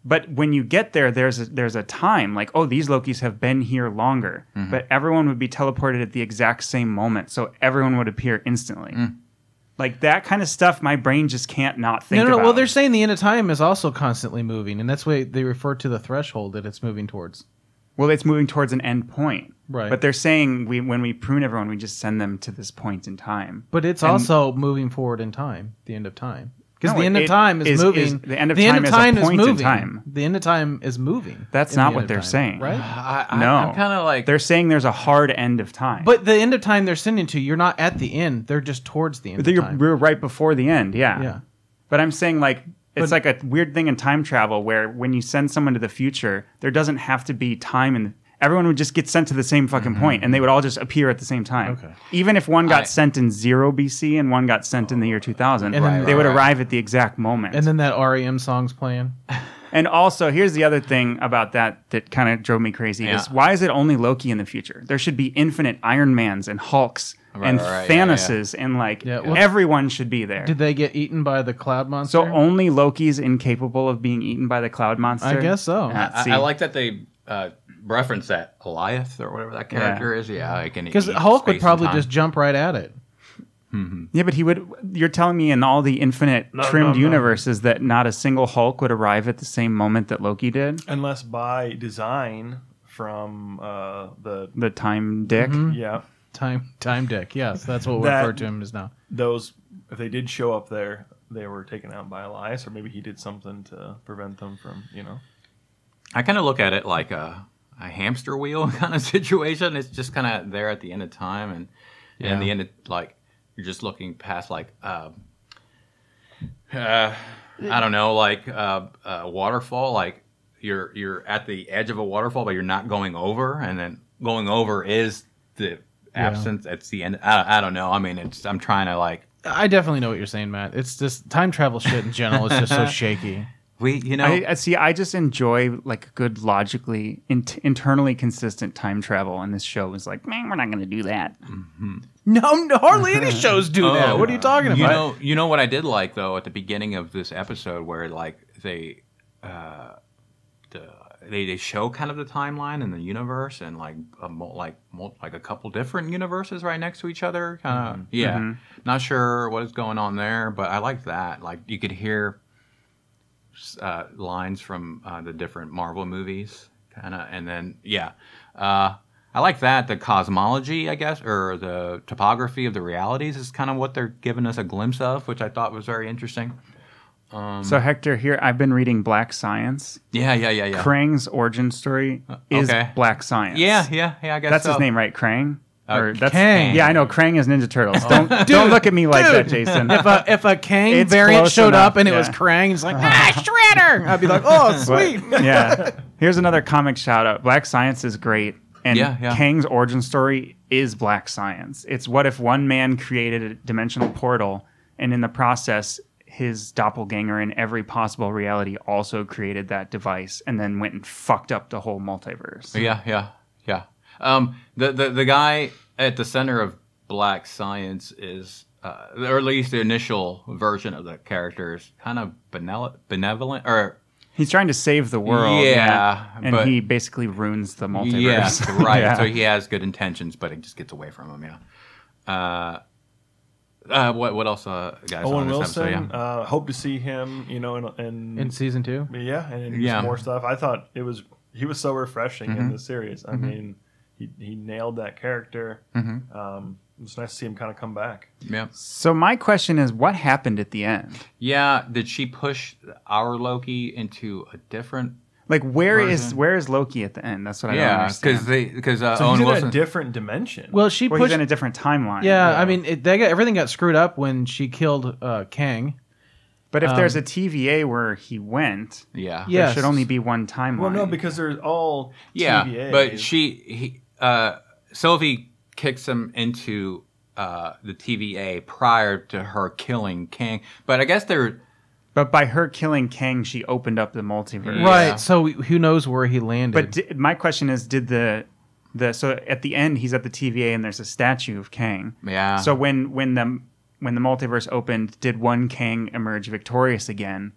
But when you get there, there's a, there's a time like oh these Lokis have been here longer, but everyone would be teleported at the exact same moment, so everyone would appear instantly. Like that kind of stuff, my brain just can't not think. No, no, no. about. Well, they're saying the end of time is also constantly moving, and that's why they refer to the threshold that it's moving towards. Well, it's moving towards an end point. Right. But they're saying we when we prune everyone, we just send them to this point in time. But it's And- also moving forward in time, the end of time. Because No, the end of it time is, is- is- moving. the end of time is a point in moving. time. The end of time is moving. That's in the not end what of they're time, saying. Right? I, I, No. I'm kind of like They're saying there's a hard end of time. But the end of time they're sending to, you're not at the end. They're just towards the end But you're, of time. we're right before the end, yeah. Yeah. But I'm saying like it's But- like a weird thing in time travel where when you send someone to the future, there doesn't have to be time and everyone would just get sent to the same fucking point and they would all just appear at the same time. Mm-hmm. Okay. Even if one got I- sent in 0 BC and one got sent in the year 2000, And then- they would Right, right, arrive at the exact moment. and then that REM song's playing. And also, here's the other thing about that that kind of drove me crazy is Yeah. why is it only Loki in the future? There should be infinite Iron Mans and Hulks Right, and right, right, yeah, Thanoses and like Yeah, well- everyone should be there. Did they get eaten by the cloud monster? so only Loki's incapable of being eaten by the cloud monster. I guess so. Yeah. I, See. I like that they uh, reference that Eliath or whatever that character is. Yeah, I can Because eat Hulk would space and probably time. just jump right at it. Yeah, but he would. You're telling me in all the infinite No, trimmed no, no. universes that not a single Hulk would arrive at the same moment that Loki did. unless by design from uh, the The time dick. Mm-hmm. yeah Time time dick. Yes, that's what we That- refer to him as now. those if they did show up there they were taken out by Elias or maybe he did something to prevent them from you know I kind of look at it like a, a hamster wheel kind of situation. It's just kind of there at the end of time, and Yeah. and the end of like you're just looking past like um, uh, I don't know, like uh, a waterfall. Like you're you're at the edge of a waterfall, but you're not going over, and then going over is the absence. It's the end. I, I don't know. I mean, it's I'm trying to like I definitely know what you're saying, Matt. It's just time travel shit in general is just so shaky. we you know I, I see. I just enjoy like good, logically, in- internally consistent time travel, and this show was like, man, we're not going to do that. No, no, hardly any shows do Oh, that. What are you talking about? You know, you know what I did like though at the beginning of this episode where like they, uh, the, they they show kind of the timeline and the universe and like a mul- like mul- like a couple different universes right next to each other. Mm-hmm. Kind of yeah. Mm-hmm. Not sure what is going on there, but I like that. Like you could hear uh, lines from uh, the different Marvel movies, kind of, and then yeah, uh, I like that. The cosmology, I guess, or the topography of the realities is kind of what they're giving us a glimpse of, which I thought was very interesting. Um, So Hector, here I've been reading Black Science. Yeah, yeah, yeah, yeah, Krang's origin story is okay. Black Science. yeah, yeah, yeah. I guess that's so. his name, right? Krang. Uh, Oh. that's Krang. Yeah, I know. Krang is Ninja Turtles. Don't don't look at me like that, Jason. if a Uh, if a Kang It's variant close showed enough, up and it was yeah. Krang, it's like ah Shredder. I'd be like, oh sweet. But, yeah. Here's another comic shout out. Black Science is great. And Yeah, yeah. Kang's origin story is Black Science. It's what if one man created a dimensional portal and in the process his doppelganger in every possible reality also created that device and then went and fucked up the whole multiverse. Yeah, yeah, yeah. Um, the, the the guy at the center of Black Science is, uh, or at least the initial version of the character is kind of benel- benevolent or He's trying to save the world. Yeah, And but- he basically ruins the multiverse. Yes, right. Yeah. So he has good intentions, but it just gets away from him. Yeah. Uh, uh, what what else, uh, guys? on Owen this Wilson Episode? Yeah. uh, hope to see him you know and In season two, yeah Mm-hmm. and then Yeah. just more stuff I thought it was he was so refreshing in the series I mean he, he nailed that character um, it was nice to see him kind of come back yeah. so my question is what happened at the end? Yeah. Did she push our Loki into a different? Like where is Version. where is Loki at the end? That's what I don't yeah, understand. because they because uh, so Owen he's in Wilson. a different dimension well, she Well, he's pushed. in a different timeline. yeah, I mean, it, they got everything got screwed up when she killed uh, Kang. But if Um, there's a TVA where he went, yeah. Yeah. Yes. there should only be one timeline. well no because they're all Yeah, TVAs. but she, he, uh, Sylvie kicks him into uh, the TVA prior to her killing King. But I guess they're but by her killing Kang, she opened up the multiverse. Yeah. Right. So who knows where he landed? But di- my question is, did the the so at the end he's at the TVA and there's a statue of Kang. yeah. So when when the when the multiverse opened, did one king emerge victorious again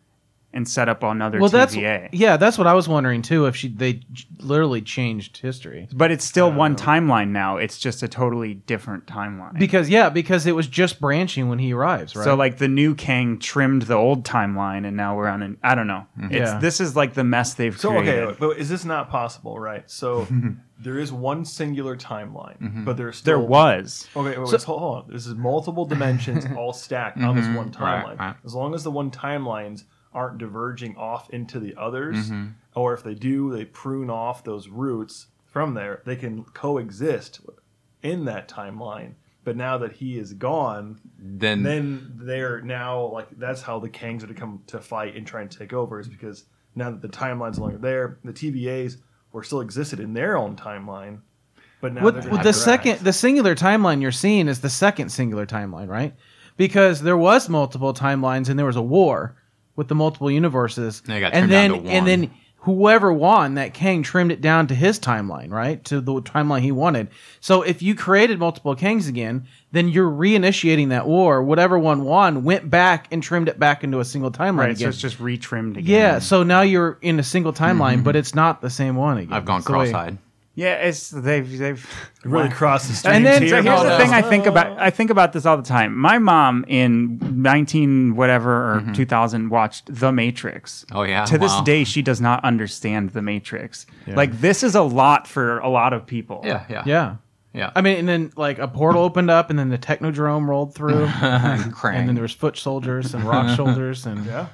and set up another well, that's TVA? yeah, that's what I was wondering too. If she they j- literally changed history But it's still one timeline now. It's just a totally different timeline. because yeah, because it was just branching when he arrives, right? So like the new king trimmed the old timeline, and now we're on an. I don't know. It's Yeah. this is like the mess they've So created. okay, uh, but is this not possible? Right. So there is one singular timeline, but there's still there was. Okay, wait, wait, hold hold on. This is multiple dimensions all stacked on this one right, timeline. right. As long as the one timelines aren't diverging off into the others, or if they do, they prune off those roots from there. They can coexist in that timeline. But now that he is gone, Then, then they're now like that's how the Kangs are to come to fight and try and take over is because now that the timeline's no longer there, the TVAs were still existed in their own timeline, but now What, they're what the digressed. second the singular timeline you're seeing is the second singular timeline, right? Because there was multiple timelines and there was a war with the multiple universes, And it got and trimmed then down to and one. then whoever won that king trimmed it down to his timeline, right? To the timeline he wanted. So if you created multiple kings again, then you're reinitiating that war. Whatever one won went back and trimmed it back into a single timeline Right, so again. it's just retrimmed again. yeah, so now you're in a single timeline, but it's not the same one again. Mm-hmm. I've gone So, like, cross-eyed. yeah. It's they've they've. really crossed the street. And then here. so here's the no. thing I think about. I think about this all the time. My mom in 19 whatever or 2000 watched The Matrix. Oh, yeah? To this Wow. day, she does not understand The Matrix. Like this is a lot for a lot of people. Yeah, yeah, Yeah. yeah. I mean, and then like a portal opened up, and then the technodrome rolled through, and then there was foot soldiers and rock soldiers, and Yeah.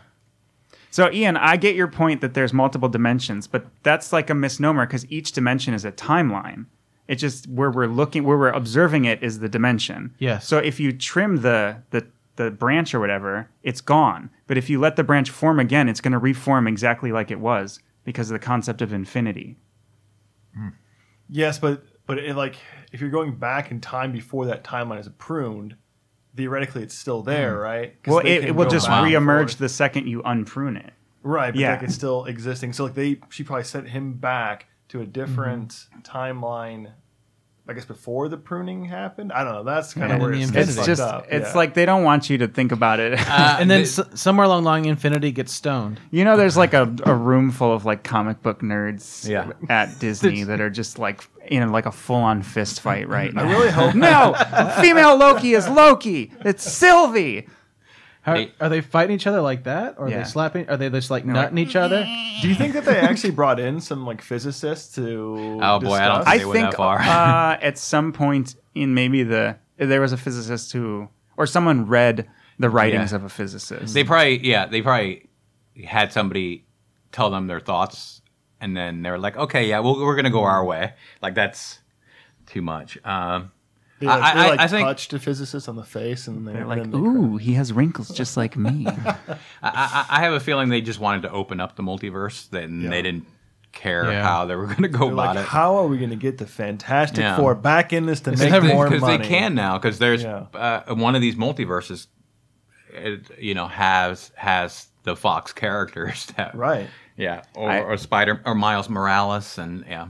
So, Ian, I get your point that there's multiple dimensions, but that's like a misnomer because each dimension is a timeline. It just where we're looking, where we're observing it is the dimension. Yes. So if you trim the the the branch or whatever, it's gone. But if you let the branch form again, it's going to reform exactly like it was because of the concept of infinity. Yes, but but it, like if you're going back in time before that timeline is pruned, theoretically it's still there, right? 'Cause Well, they it, can it will go just back and reemerge forth. the second you unprune it. right, but yeah. like it's still existing. So like they, she probably sent him back to a different Mm-hmm. timeline. I guess before the pruning happened. I don't know. That's kind Yeah, of where in the it's, infinity. it's fucked It's just, up. it's yeah. like they don't want you to think about it. Uh, and then th- s- somewhere along the line, Infinity gets stoned. You know, there's like a, a room full of like comic book nerds Yeah. at Disney that are just like in like a full on fist fight Mm-hmm. right I now. really hope. no, female Loki is Loki. It's Sylvie. How, Hey. Are they fighting each other like that? Or are Yeah. they slapping? Are they just like nutting each other? Do you think that they actually brought in some like physicists to? Oh, boy, I don't discuss? I They went think that far. uh, at some point in maybe the there was a physicist who or someone read the writings Yeah. of a physicist. they probably, yeah, they probably had somebody tell them their thoughts, and then they're like, okay, yeah, we'll, we're gonna go our way. Like that's too much. Um, They, like, I- they, I- like, I think- touched a physicist on the face, and they're, They're like, and then they ooh, he has wrinkles just like me. I, I, I have a feeling they just wanted to open up the multiverse, then Yeah. they didn't care Yeah. how they were gonna go They're about like, it. how are we going to get the Fantastic Yeah. Four back in this to make Because they- more because money? they can now because there's Yeah. uh, one of these multiverses it, you know has has the fox characters that Right. yeah or, I- or spider or miles morales and yeah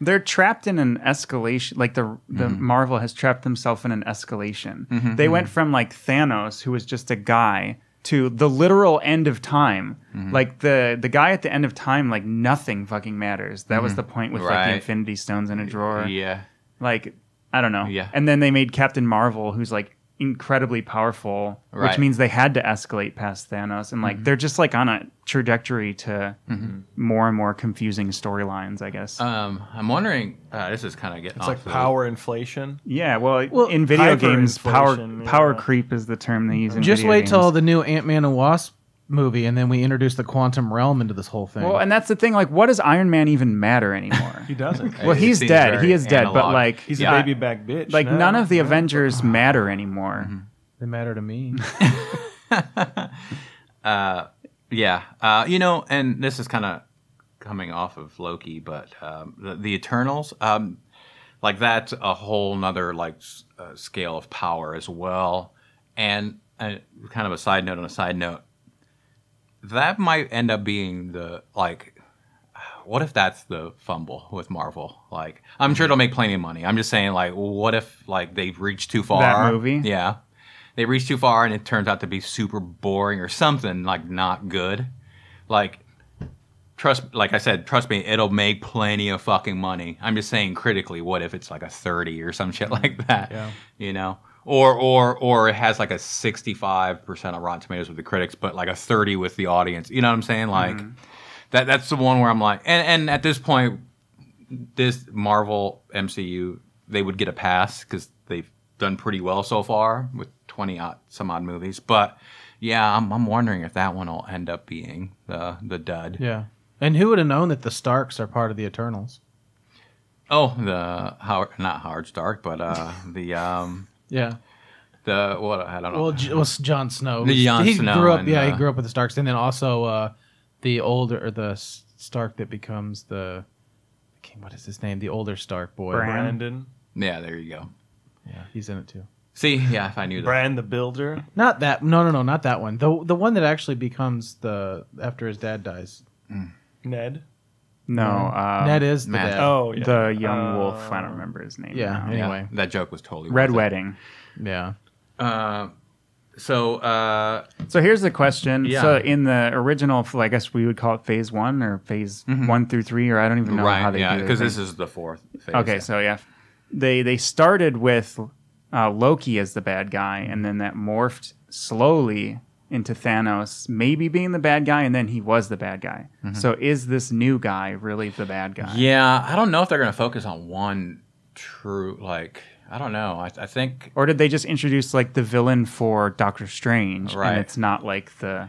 they're trapped in an escalation like the the Mm-hmm. marvel has trapped themselves in an escalation they went from like thanos who was just a guy to the literal end of time Mm-hmm. like the the guy at the end of time like nothing fucking matters that was the point with like the Mm-hmm. Right. infinity stones in a drawer yeah like i don't know Yeah. and then they made captain marvel who's like incredibly powerful which Right. Mm-hmm. means they had to escalate past thanos and like they're just like on a trajectory to more and more confusing storylines i guess um i'm wondering uh, this is kind of getting It's off like the- power inflation. Yeah, well, in video games, power hyperinflation, power yeah. creep is the term they use. In Just video wait games. till the new Ant Man and Wasp movie, and then we introduce the quantum realm into this whole thing. well, and that's the thing. Like, what does Iron Man even matter anymore? He doesn't. well, It he's seems dead. very He is dead, but analog. like, He's Yeah. a baby back bitch. like no. none of the Avengers matter anymore. they matter to me. yeah uh, you know and this is kind of coming off of loki but um, the, the eternals um, like that's a whole nother like s- uh, scale of power as well and uh, kind of a side note on a side note that might end up being the like what if that's the fumble with marvel like i'm sure it'll make plenty of money i'm just saying like what if like they've reached too far movie? yeah they reach too far and it turns out to be super boring or something like not good. Like trust like I said, trust me, it'll make plenty of fucking money. I'm just saying critically, what if it's like a 30 or some shit like that, Yeah. you know? Or or or it has like a 65% on Rotten Tomatoes with the critics, but like a 30 with the audience. You know what I'm saying? Like that that's the one where I'm like and and at this point this Marvel MCU, they would get a pass because they've done pretty well so far with 20 odd, some odd movies. But yeah, I'm, I'm wondering if that one will end up being the, the dud. Yeah. And who would have known that the Starks are part of the Eternals? Oh, the Howard, not Howard Stark, but uh, the, um, Yeah. the, what, I don't know. Well, J- it was Jon Snow. The Jon he Snow grew up. and, yeah, uh, he grew up with the Starks, and then also uh, the older or the S- Stark that becomes the. I can't- What is his name? The older Stark boy. Bran. Brandon, yeah, there you go. Yeah, he's in it too. See, yeah, if I knew that. Brand the Builder. Not that. No, no, no, not that one. The the one that actually becomes the after his dad dies. Ned. No, um, Ned Mm-hmm. is the Matt. dad. Oh, yeah. the young Uh, wolf. I don't remember his name. yeah. now. Yeah, Anyway. that joke was totally Red worth Wedding. Yeah. it. Uh, so, uh, So here's the question. Yeah. So in the original, I guess we would call it phase one or phase one through three, or I don't even know how right, they yeah, do it. because this is the fourth phase. Okay, so yeah, they they started with uh, Loki as the bad guy, and then that morphed slowly into Thanos, maybe being the bad guy, and then he was the bad guy. So is this new guy really the bad guy? Yeah, I don't know if they're going to focus on one true. Like, I don't know. I, I think Or did they just introduce like the villain for Doctor Strange, Right. and it's not like the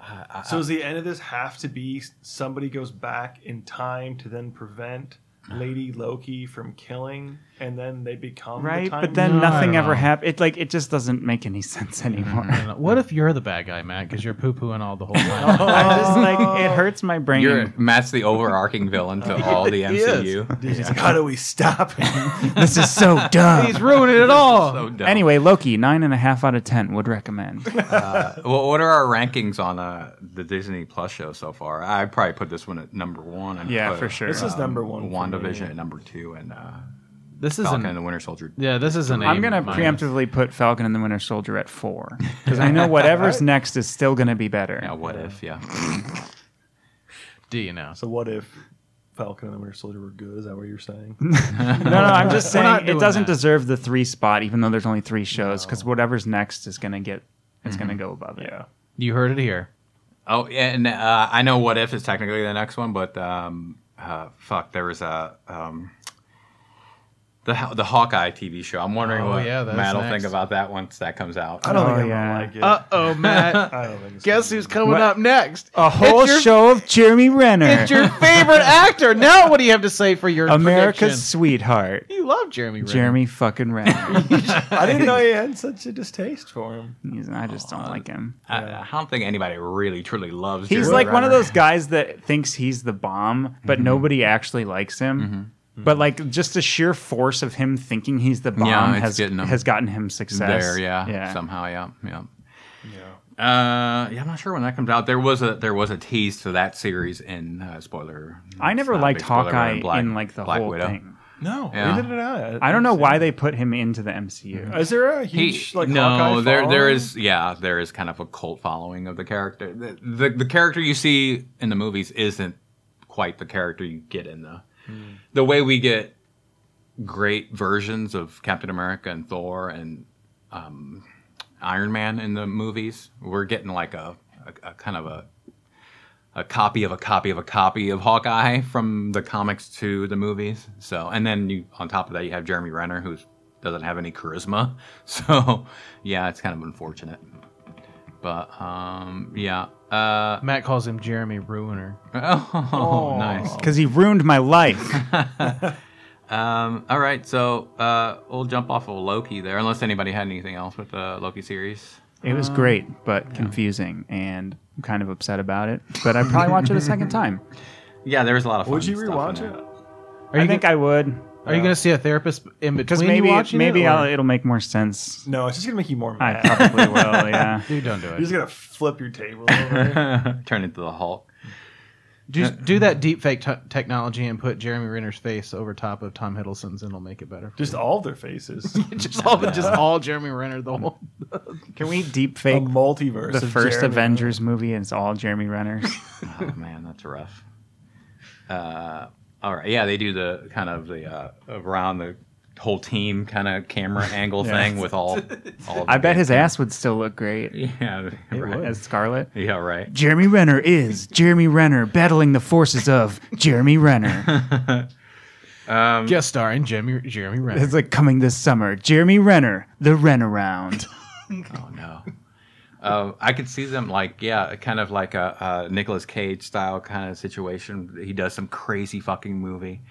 Uh, So does the end of this have to be somebody goes back in time to then prevent Uh. Lady Loki from killing, and then they become The right? time But then No, I nothing don't ever know. happened. It like it just doesn't make any sense anymore. I don't know. What if you're the bad guy, Matt? Because you're poo pooing all the whole time. I just like it hurts my brain. you're Matt's the overarching villain to all the He is. MCU. He's like, how do we stop him? this is so dumb. He's ruining it all. So dumb. Anyway, Loki, nine and a half out of ten would recommend. well, what are our rankings on uh, the Disney Plus show so far? I probably put this one at number one. And Yeah, put, for sure. this is number uh, one. for WandaVision me. at number two, and uh, this is Falcon and an, the Winter Soldier. yeah. This is an. I'm A gonna minus. preemptively put Falcon and the Winter Soldier at four because I know whatever's next is still gonna be better. Yeah, what if? Yeah, D you now? So what if Falcon and the Winter Soldier were good? Is that what you're saying? No, no, I'm just We're not saying it doing doesn't that. deserve the three spot, even though there's only three shows, because whatever's next is gonna get it's gonna Mm-hmm. go above it. yeah. You heard it here. Oh, and uh, I know what if is technically the next one, but um, uh, fuck, there was a um, the Haw- the Hawkeye TV show. I'm wondering Oh, what yeah, that's Matt will next. think about that once that comes out. I don't Oh, think I'm yeah. gonna like it. Uh oh, Matt. I don't think it's Guess gonna who's coming What? up next? A whole it's your, show of Jeremy Renner, It's your favorite actor. Now, what do you have to say for your America's Prediction? sweetheart, You love Jeremy. Renner. Jeremy fucking Renner. be. I didn't know you had such a distaste for him. He's- I just don't like him. I, I don't think anybody really truly loves. He's Jeremy like one of Renner. those guys that thinks he's the bomb, but Mm-hmm. nobody actually likes him. Mm-hmm. But like just the sheer force of him thinking he's the bomb Yeah, it's has getting him has gotten him success. there, yeah, yeah. somehow, yeah, yeah. Yeah. Uh, yeah, I'm not sure when that comes out. There was a there was a tease to that series in uh, spoiler. I it's never not a liked big spoiler, but Hawkeye Black- in like the Black whole Widow. thing. No, Yeah. neither did I. I don't know why they put him into the Mm-hmm. MCU. Is there a He- huge like no, Hawkeye there there following? is yeah, there is kind of a cult following of the character. The, the the character you see in the movies isn't quite the character you get in the Hmm. the way we get great versions of Captain America and Thor and um, Iron Man in the movies. We're getting like a, a, a kind of a a copy of a copy of a copy of Hawkeye from the comics to the movies. So, and then you on top of that, you have Jeremy Renner, who doesn't have any charisma. So, yeah, it's kind of unfortunate. But um, yeah. Uh, Matt calls him Jeremy Ruiner. oh, nice. Because he ruined my life. Um, all right, so uh, we'll jump off of Loki there, unless anybody had anything else with the Loki series. It was great, but confusing, and I'm kind of upset about it. But I'd probably watch it a second time. Yeah, there was a lot of. Fun Would you stuff rewatch in there. it? Are you I think gonna, I would, Are you going to see a therapist in because between you maybe watching maybe it, or- I'll, it'll make more sense. No, it's just gonna make you more I mad. probably will. Yeah. Dude, don't do You're just it. gonna flip your table over. Turn into the Hulk. Do do that deep fake t- technology and put Jeremy Renner's face over top of Tom Hiddleston's, and it'll make it better. Just all of their faces. just all just all Jeremy Renner the whole. Can we deep a fake multiverse. the of first Jeremy Avengers movie and it's all Jeremy Renner's? oh man, that's rough. Uh, all right, yeah, they do the kind of the uh, around the whole team kind of camera angle Yeah. thing with all. all I bet his ass. ass would still look great Yeah, right. as Scarlet. Yeah, right. Jeremy Renner is Jeremy Renner battling the forces of Jeremy Renner. Guest starring Jeremy Jeremy Renner. Um, It's like coming this summer. Jeremy Renner, the Renaround. Oh no. Uh, I could see them like yeah, kind of like a, a Nicolas Cage style kind of situation. He does some crazy fucking movie.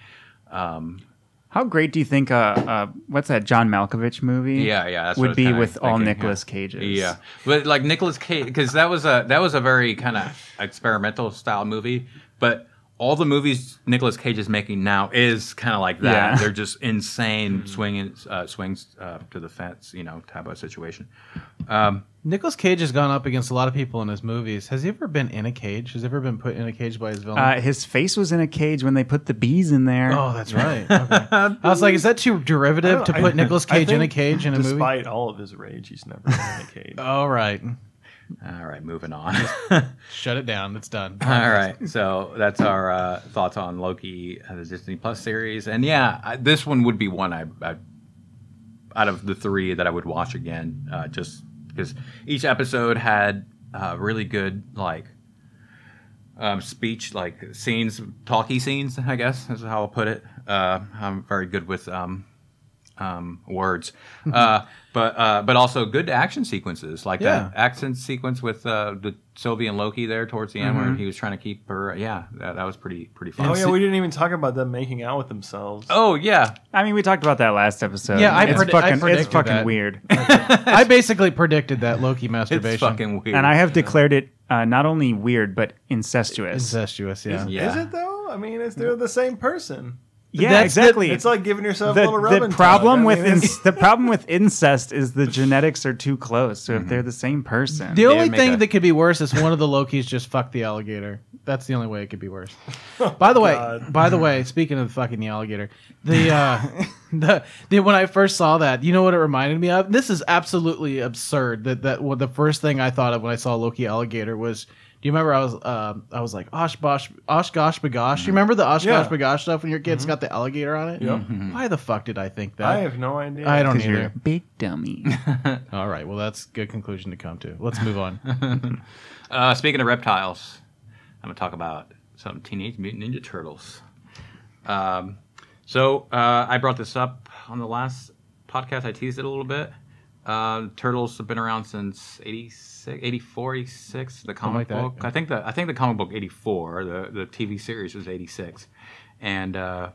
How great do you think uh, uh what's that John Malkovich movie? Yeah, yeah, that's what I would was be kinda with all thinking, yeah. Nicolas Cages. Yeah, but like Nicolas Cage because that was a that was a very kind of experimental style movie. But all the movies Nicolas Cage is making now is kind of like that. Yeah. They're just insane swinging uh, swings uh, to the fence, you know, type of situation. Nicholas Cage has gone up against a lot of people in his movies. Has he ever been in a cage? Has he ever been put in a cage by his villain? Uh, his face was in a cage when they put the bees in there. oh, that's right. Okay. I was like, is that too derivative to I- put Nicolas I Cage in a think cage in a despite movie? all of his rage, he's never been in a cage. All right, All right, moving on. shut it down. It's done. All right, so that's our uh, thoughts on Loki, uh, the Disney Plus series, and yeah, I, this one would be one I, I out of the three that I would watch again, uh, just because each episode had uh, really good like um, speech, like scenes, talky scenes. I guess is how I'll put it. Uh, I'm very good with um, um, words, uh, but uh, but also good action sequences, like that action sequence with uh, the Sylvie and Loki there towards the end, where he was trying to keep her. Yeah, that, that was pretty pretty fun. Oh yeah, we didn't even talk about them making out with themselves. Oh, yeah. I mean, we talked about that last episode. Yeah, I it's predi- I fucking, it's predicted fucking that. weird. I basically predicted that Loki masturbation. it's fucking weird. and I have declared it uh, not only weird but incestuous. incestuous. Yeah. yeah. Is it though? I mean, it's they're the same person. yeah, That's the- exactly. It's like giving yourself a the, little rub the and tug. problem I with mean, it's- inc- the problem with incest is the genetics are too close. Mm-hmm. So if they're the same person, The only make thing a- that could be worse is one of the Loki's just fucked the alligator. That's the only way it could be worse. by the way, God. by the way, speaking of fucking the alligator, the uh, the, the when I first saw that, you know what it reminded me of? This is absolutely absurd. That that well, the first thing I thought of when I saw Loki alligator was. Do you remember I was um I was like Osh Bosh Osh Gosh Bagosh? You remember the Osh Yeah. Mm-hmm. Gosh Bagosh stuff when your kids got the alligator on it? Yep. Why the fuck did I think that? I have no idea. I don't 'cause you're a either. big dummy. All right, well that's a good conclusion to come to. Let's move on. Uh, speaking of reptiles, I'm going to talk about some Teenage Mutant Ninja Turtles. Um, so uh, I brought this up on the last podcast. I teased it a little bit. Uh, turtles have been around since 86, 84, 86. The comic like that, book. yeah. I think the I think the comic book 84. The the TV series was 86. And uh,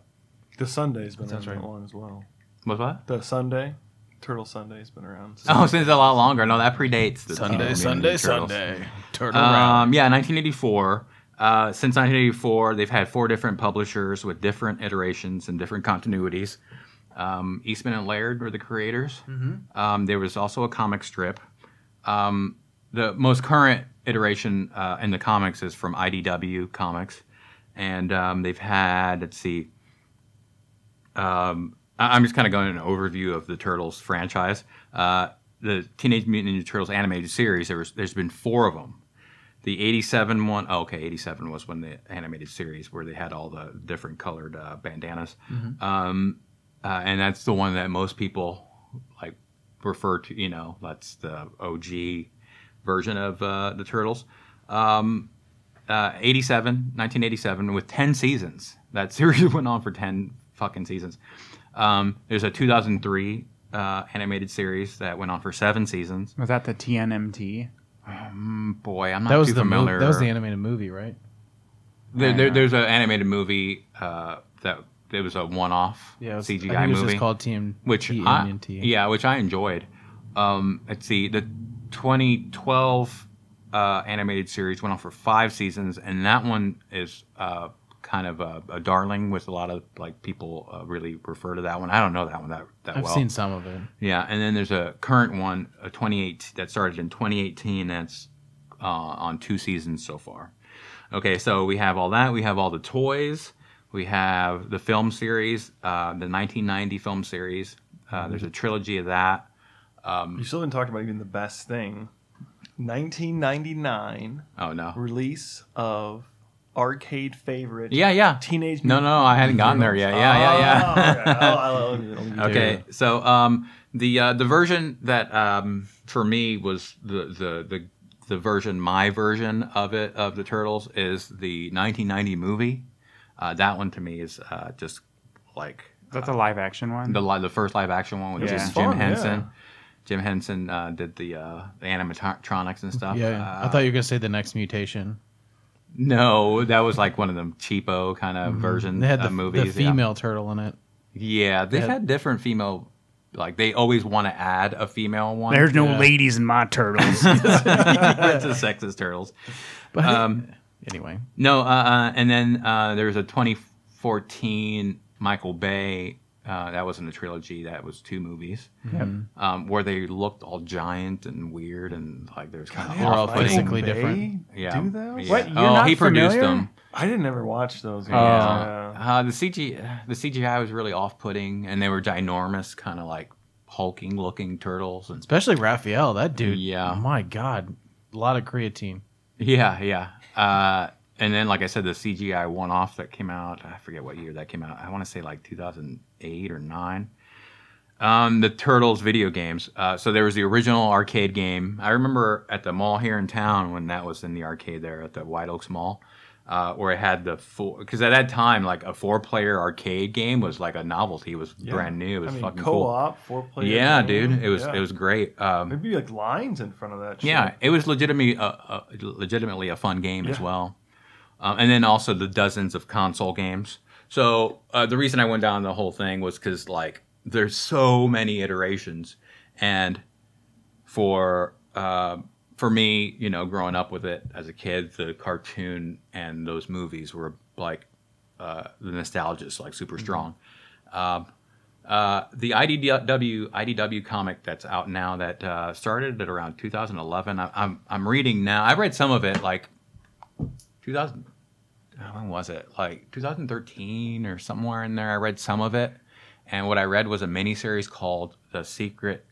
The Sunday's been around that long as well. what's what? The Sunday, Turtle Sunday's been around. since- Oh, since a lot longer. No, that predates the Teenage Mutant Ninja Turtles. Turn Um, yeah, 1984. Uh, since 1984, they've had four different publishers with different iterations and different continuities. Um, Eastman and Laird were the creators. Um, there was also a comic strip. Um, the most current iteration uh, in the comics is from IDW Comics, and um, they've had let's see. Um, I- I'm just kind of going an overview of the Turtles franchise. Uh, the Teenage Mutant Ninja Turtles animated series. There was, there's been four of them. The 87 one, oh, okay, 87 was when the animated series where they had all the different colored uh, bandanas. Mm-hmm. Um, uh, and that's the one that most people like refer to, you know, that's the OG version of uh, the Turtles. Um, uh, 87, 1987, with 10 seasons. That series went on for 10 fucking seasons. Um, there's a 2003 uh, animated series that went on for seven seasons. Was that the TNMT? Boy, I'm not That was too the mo- familiar. that was the animated movie, right? There, Uh-huh. there, there's an animated movie uh, that it was a one-off CGI I think it was movie, just called Team which I, TMNT. yeah, which I enjoyed. Um, let's see, the 2012 uh, animated series went on for five seasons, and that one is uh, kind of a, a darling with a lot of like people uh, really refer to that one. I don't know that one that that I've well. seen some of it. Yeah, and then there's a current one, a 28 that started in 2018. That's uh, on two seasons so far. Okay, so we have all that. We have all the toys. We have the film series, uh, the 1990 film series. Uh, there's a trilogy of that. You still haven't talked about even the best thing. 1999 Oh no. release of arcade favorite. Yeah, yeah. Teenage. No, no, I hadn't gotten there yet. Yeah, yeah, yeah. Oh. yeah, yeah. Okay, so um, the uh, the version that um, for me was the, the the the version my version of it of the turtles is the 1990 movie. Uh, that one to me is uh, just like That's a live action one. the li- the first live action one with Yeah. Jim, It's fun, Jim Henson. yeah. Jim Henson uh, did the, uh, the animatronics and stuff. Yeah, I Uh, thought you were gonna say the next mutation. no, that was like one of them cheapo kind of version Mm-hmm. They had the, uh, movies. the yeah. female turtle in it. Yeah, they've Yeah. had different female. Like they always want to add a female one. There's no Yeah. ladies in my turtles. That's the sexist turtles. But Um, anyway, No, uh, uh, and then uh, there was a 2014 Michael Bay. Uh, that wasn't a trilogy. That was two movies um, where they looked all giant and weird and like there's kind of They're all off-putting. physically different. Yeah. Do those? Yeah. What? You're oh, not he produced familiar? Oh. them. I didn't ever watch those. Yeah. Yeah. Uh, the CG, the CGI was really off-putting, and they were ginormous, kind of like hulking-looking turtles and especially Raphael, that dude. Yeah. my God, a lot of creatine. Yeah, yeah. Uh, and then, like I said, the CGI one off that came out, I forget what year that came out. I want to say like 2008 or 9. Um, the Turtles video games. Uh, so there was the original arcade game. I remember at the mall here in town when that was in the arcade there at the White Oaks Mall. Uh, where it had the four, because at that time, like a four-player arcade game was like a novelty. It was Yeah. brand new. It was I mean, fucking cool. co-op four player. Yeah, dude, it was it was great. Um, Maybe like lines in front of that. Shit. yeah, it was legitimately, uh, uh, legitimately a fun game as Yeah. well. Um, and then also the dozens of console games. So uh, the reason I went down the whole thing was because like there's so many iterations, and for uh, for me, you know, growing up with it as a kid, the cartoon and those movies were like uh, the nostalgia is like super strong. Uh, the IDW IDW comic that's out now that uh, started at around 2011. I, I'm I'm reading now. I read some of it like 2000. uh, When was it? Like 2013 or somewhere in there. I read some of it, and what I read was a miniseries called "The Secret."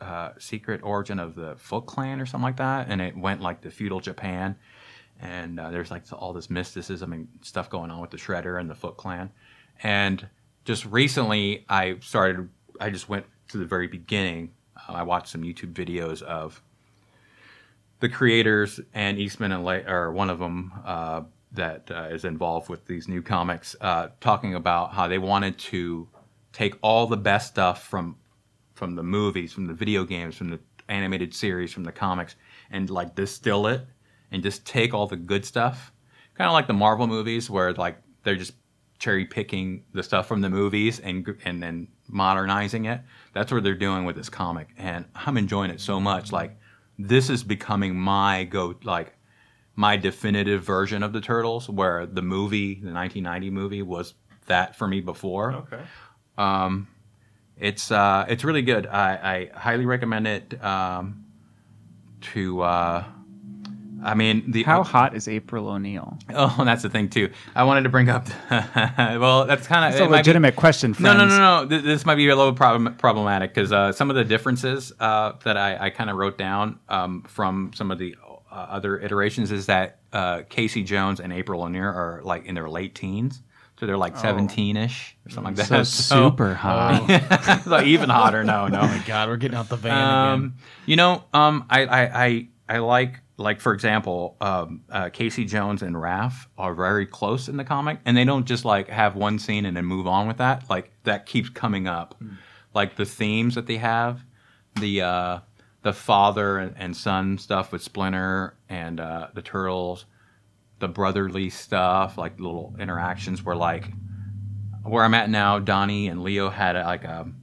Uh, secret origin of the Foot Clan or something like that, and it went like to feudal Japan, and uh, there's like all this mysticism and stuff going on with the Shredder and the Foot Clan, and just recently I started. I just went to the very beginning. Uh, I watched some YouTube videos of the creators and Eastman and Le- or one of them uh, that uh, is involved with these new comics, uh, talking about how they wanted to take all the best stuff from from the movies, from the video games, from the animated series, from the comics, and like distill it and just take all the good stuff. Kind of like the Marvel movies, where like they're just cherry picking the stuff from the movies and gr- and then modernizing it. That's what they're doing with this comic, and I'm enjoying it so much. Like this is becoming my go like my definitive version of the turtles where the movie the 1990 movie was that for me before Oh. Okay. it's uh, it's really good. I, I highly recommend it. Um, to uh, I mean the How hot is April O'Neil? oh that's the thing too. I wanted to bring up. well, that's kind It's of a legitimate question. No, Friends. no, no, no. Th- This might be a little problem- problematic because uh, some of the differences uh, that I, I kind of wrote down um, from some of the uh, other iterations is that uh, Casey Jones and April O'Neil are like in their late teens, so they're like seventeen ish or something like Oh. that. So oh, super uh, hot. so even hotter. No, no. Oh my God, we're getting out the van again. Um, you know, um, I, I, I, I like, like for example, um, uh, Casey Jones and Raph are very close in the comic, and they don't just like have one scene and then move on with that. Like that keeps coming up, Hmm. like the themes that they have, the uh, the father and, and son stuff with Splinter and uh, the Turtles, the brotherly stuff, like little interactions where like where I'm at now, Donnie and Leo had like um,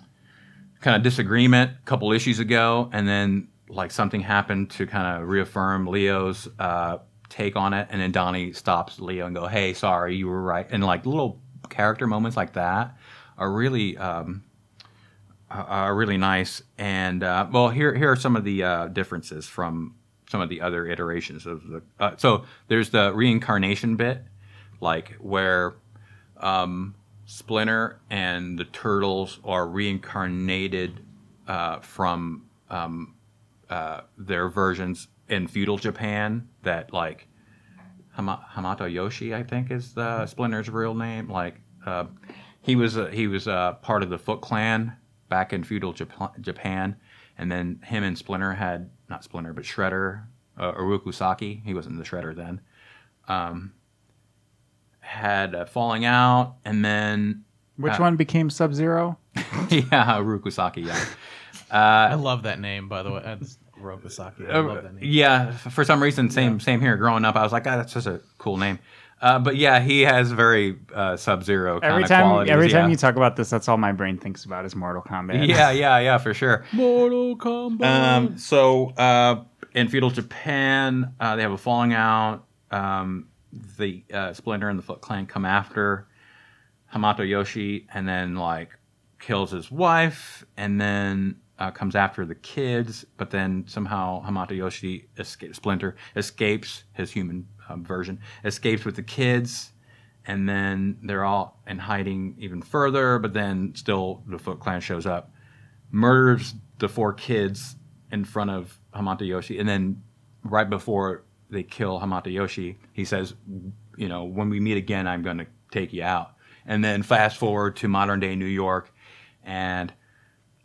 a kind of disagreement a couple issues ago, and then like something happened to kind of reaffirm Leo's uh, take on it, and then Donnie stops Leo and go, "Hey, sorry, you were right," and like little character moments like that are really um, are- are really nice. And uh, well, here here are some of the uh, differences from some of the other iterations of the. Uh, so there's the reincarnation bit, like where um, Splinter and the Turtles are reincarnated uh, from um, uh, their versions in feudal Japan that like Hama- Hamato Yoshi, I think, is the Splinter's real name. Like uh, he was uh, he was uh, part of the Foot Clan back in feudal Jap- Japan, and then him and Splinter had not Splinter but Shredder, uh, Urukusaki. He wasn't the Shredder then. Um, had a falling out, and then Which Uh, one became Sub Zero? yeah, Urukusaki. Yeah. I love that name, by the way. That's Rokusaki. I Uh, love that name. yeah, f- for some reason, same same here. Growing up, I was like, "Ah, that's just a cool name." Uh, but yeah, he has very uh, Sub Zero kind Every of time, qualities. every yeah. time you talk about this, that's all my brain thinks about is Mortal Kombat. yeah, yeah, yeah, for sure. Mortal Kombat. Um, so uh, in feudal Japan, uh, they have a falling out. Um, the uh, Splinter and the Foot Clan come after Hamato Yoshi, and then like kills his wife, and then uh, comes after the kids. But then somehow Hamato Yoshi escapes. Splinter escapes his human um, version, escapes with the kids. And then they're all in hiding even further, but then still the Foot Clan shows up murders the four kids in front of Hamato Yoshi, and then right before they kill Hamato Yoshi, he says, "You know, when we meet again, I'm going to take you out." And then fast forward to modern day New York, and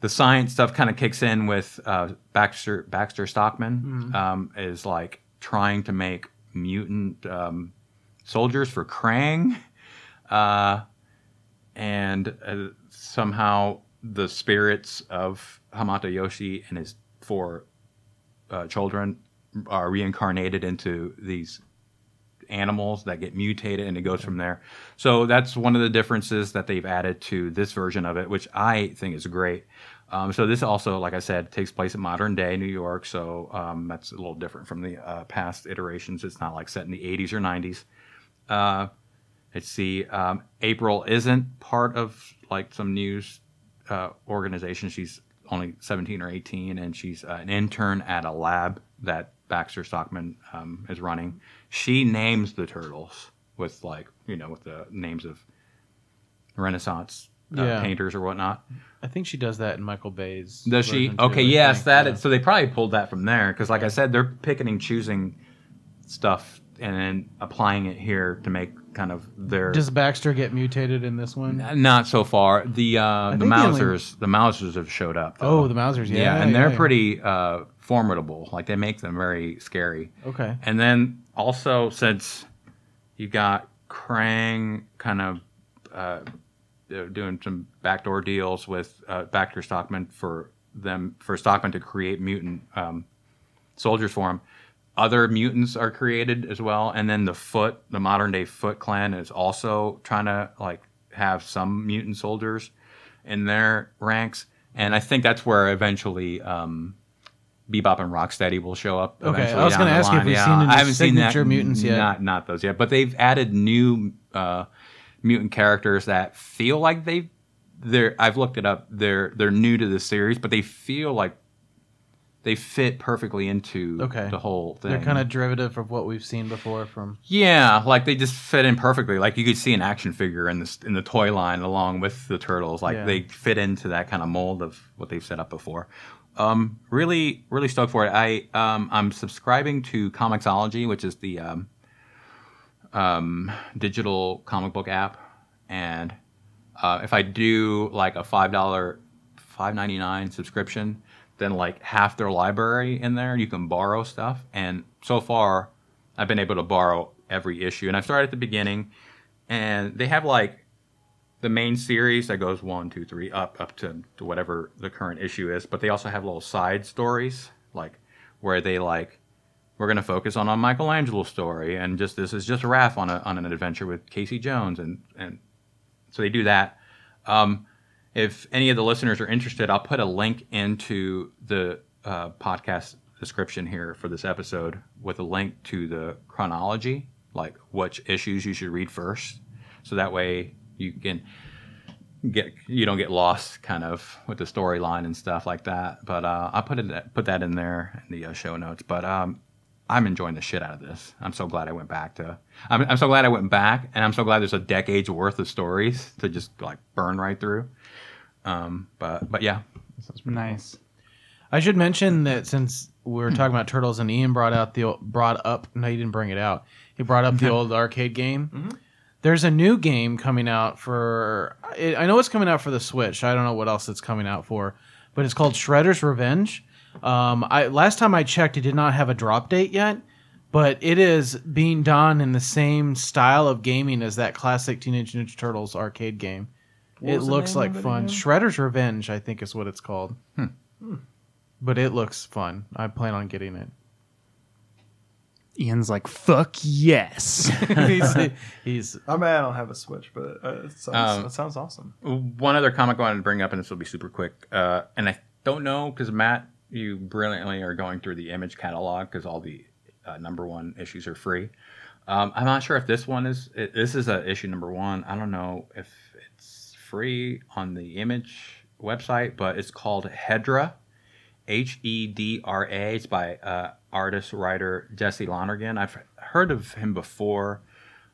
the science stuff kind of kicks in with uh, Baxter Baxter Stockman um, is like trying to make mutant um, soldiers for Krang. Uh, and uh, somehow the spirits of Hamato Yoshi and his four uh, children are reincarnated into these animals that get mutated and it goes from there. So that's one of the differences that they've added to this version of it, which I think is great. Um, so this also, like I said, takes place in modern day New York. So um, that's a little different from the uh, past iterations. It's not like set in the 80s or 90s. Uh, Let's see. Um, April isn't part of like some news uh, organization. She's only 17 or 18, and she's uh, an intern at a lab that Baxter Stockman um, is running. She names the turtles with like you know with the names of Renaissance uh, Yeah. painters or whatnot. I think she does that in Michael Bay's. Does she? version, too, Okay, I yes, think, that yeah. is- so they probably pulled that from there because, like I said, they're picking and choosing stuff and then applying it here to make kind of their Does Baxter get mutated in this one? Not so far. The uh, the think they only- Mausers the Mausers have showed up. though. Oh, the Mausers. Yeah, yeah, and they're yeah. pretty uh, formidable. Like they make them very scary. Okay. And then also since you got Krang kind of uh, uh, doing some backdoor deals with uh, Baxter Stockman for them for Stockman to create mutant um, soldiers for him. Other mutants are created as well, and then the Foot, the modern day Foot Clan, is also trying to like have some mutant soldiers in their ranks, and I think that's where eventually um, Bebop and Rocksteady will show up. Okay, I eventually was down gonna the ask you if line. we've Yeah, seen any I haven't seen that, signature mutants yet. Not not those yet, but they've added new uh, mutant characters that feel like they've they're I've looked it up. They're they're new to the series, but they feel like they fit perfectly into Okay. the whole thing. They're kind of derivative of what we've seen before from. yeah, like they just fit in perfectly. Like you could see an action figure in this in the toy line along with the turtles. Like Yeah. they fit into that kind of mold of what they've set up before. Um, really, really stoked for it. I um, I'm subscribing to Comixology, which is the um, um, digital comic book app, and uh, if I do like a five dollar, five ninety nine subscription, then like half their library in there, you can borrow stuff. And so far, I've been able to borrow every issue. And I started at the beginning, and they have like the main series that goes one, two, three, up, up to, to whatever the current issue is. But they also have little side stories, like where they like we're going to focus on a Michelangelo story, and just this is just Raph on a, on an adventure with Casey Jones, and and so they do that. Um, if any of the listeners are interested, I'll put a link into the uh, podcast description here for this episode with a link to the chronology, like which issues you should read first, so that way you can get you don't get lost kind of with the storyline and stuff like that. But uh, I'll put it put that in there in the uh, show notes. But um, I'm enjoying the shit out of this. I'm so glad I went back to. I'm, I'm so glad I went back, and I'm so glad there's a decade's worth of stories to just like burn right through. Um, but but yeah, Nice. I should mention that since we were talking about turtles and Ian brought out the old, brought up no he didn't bring it out he brought up the old arcade game. There's a new game coming out for I I know it's coming out for the Switch. I don't know what else it's coming out for, but it's called Shredder's Revenge. Um, I last time I checked, it did not have a drop date yet, but it is being done in the same style of gaming as that classic Teenage Ninja Turtles arcade game. it looks like fun. Shredder's Revenge, I think, is what it's called. But it looks fun. I plan on getting it. Ian's like, fuck yes. he's, he's I'm mad I don't have a Switch, but uh, it, sounds, Um, it sounds awesome. one other comic I wanted to bring up, and this will be super quick. Uh, and I don't know because Matt, you brilliantly are going through the image catalog because all the uh, number one issues are free. Um, I'm not sure if this one is. i this is a issue number one. I don't know if it's free on the image website, but it's called Hedra, H E D R A. It's by uh, artist writer Jesse Lonergan. I've heard of him before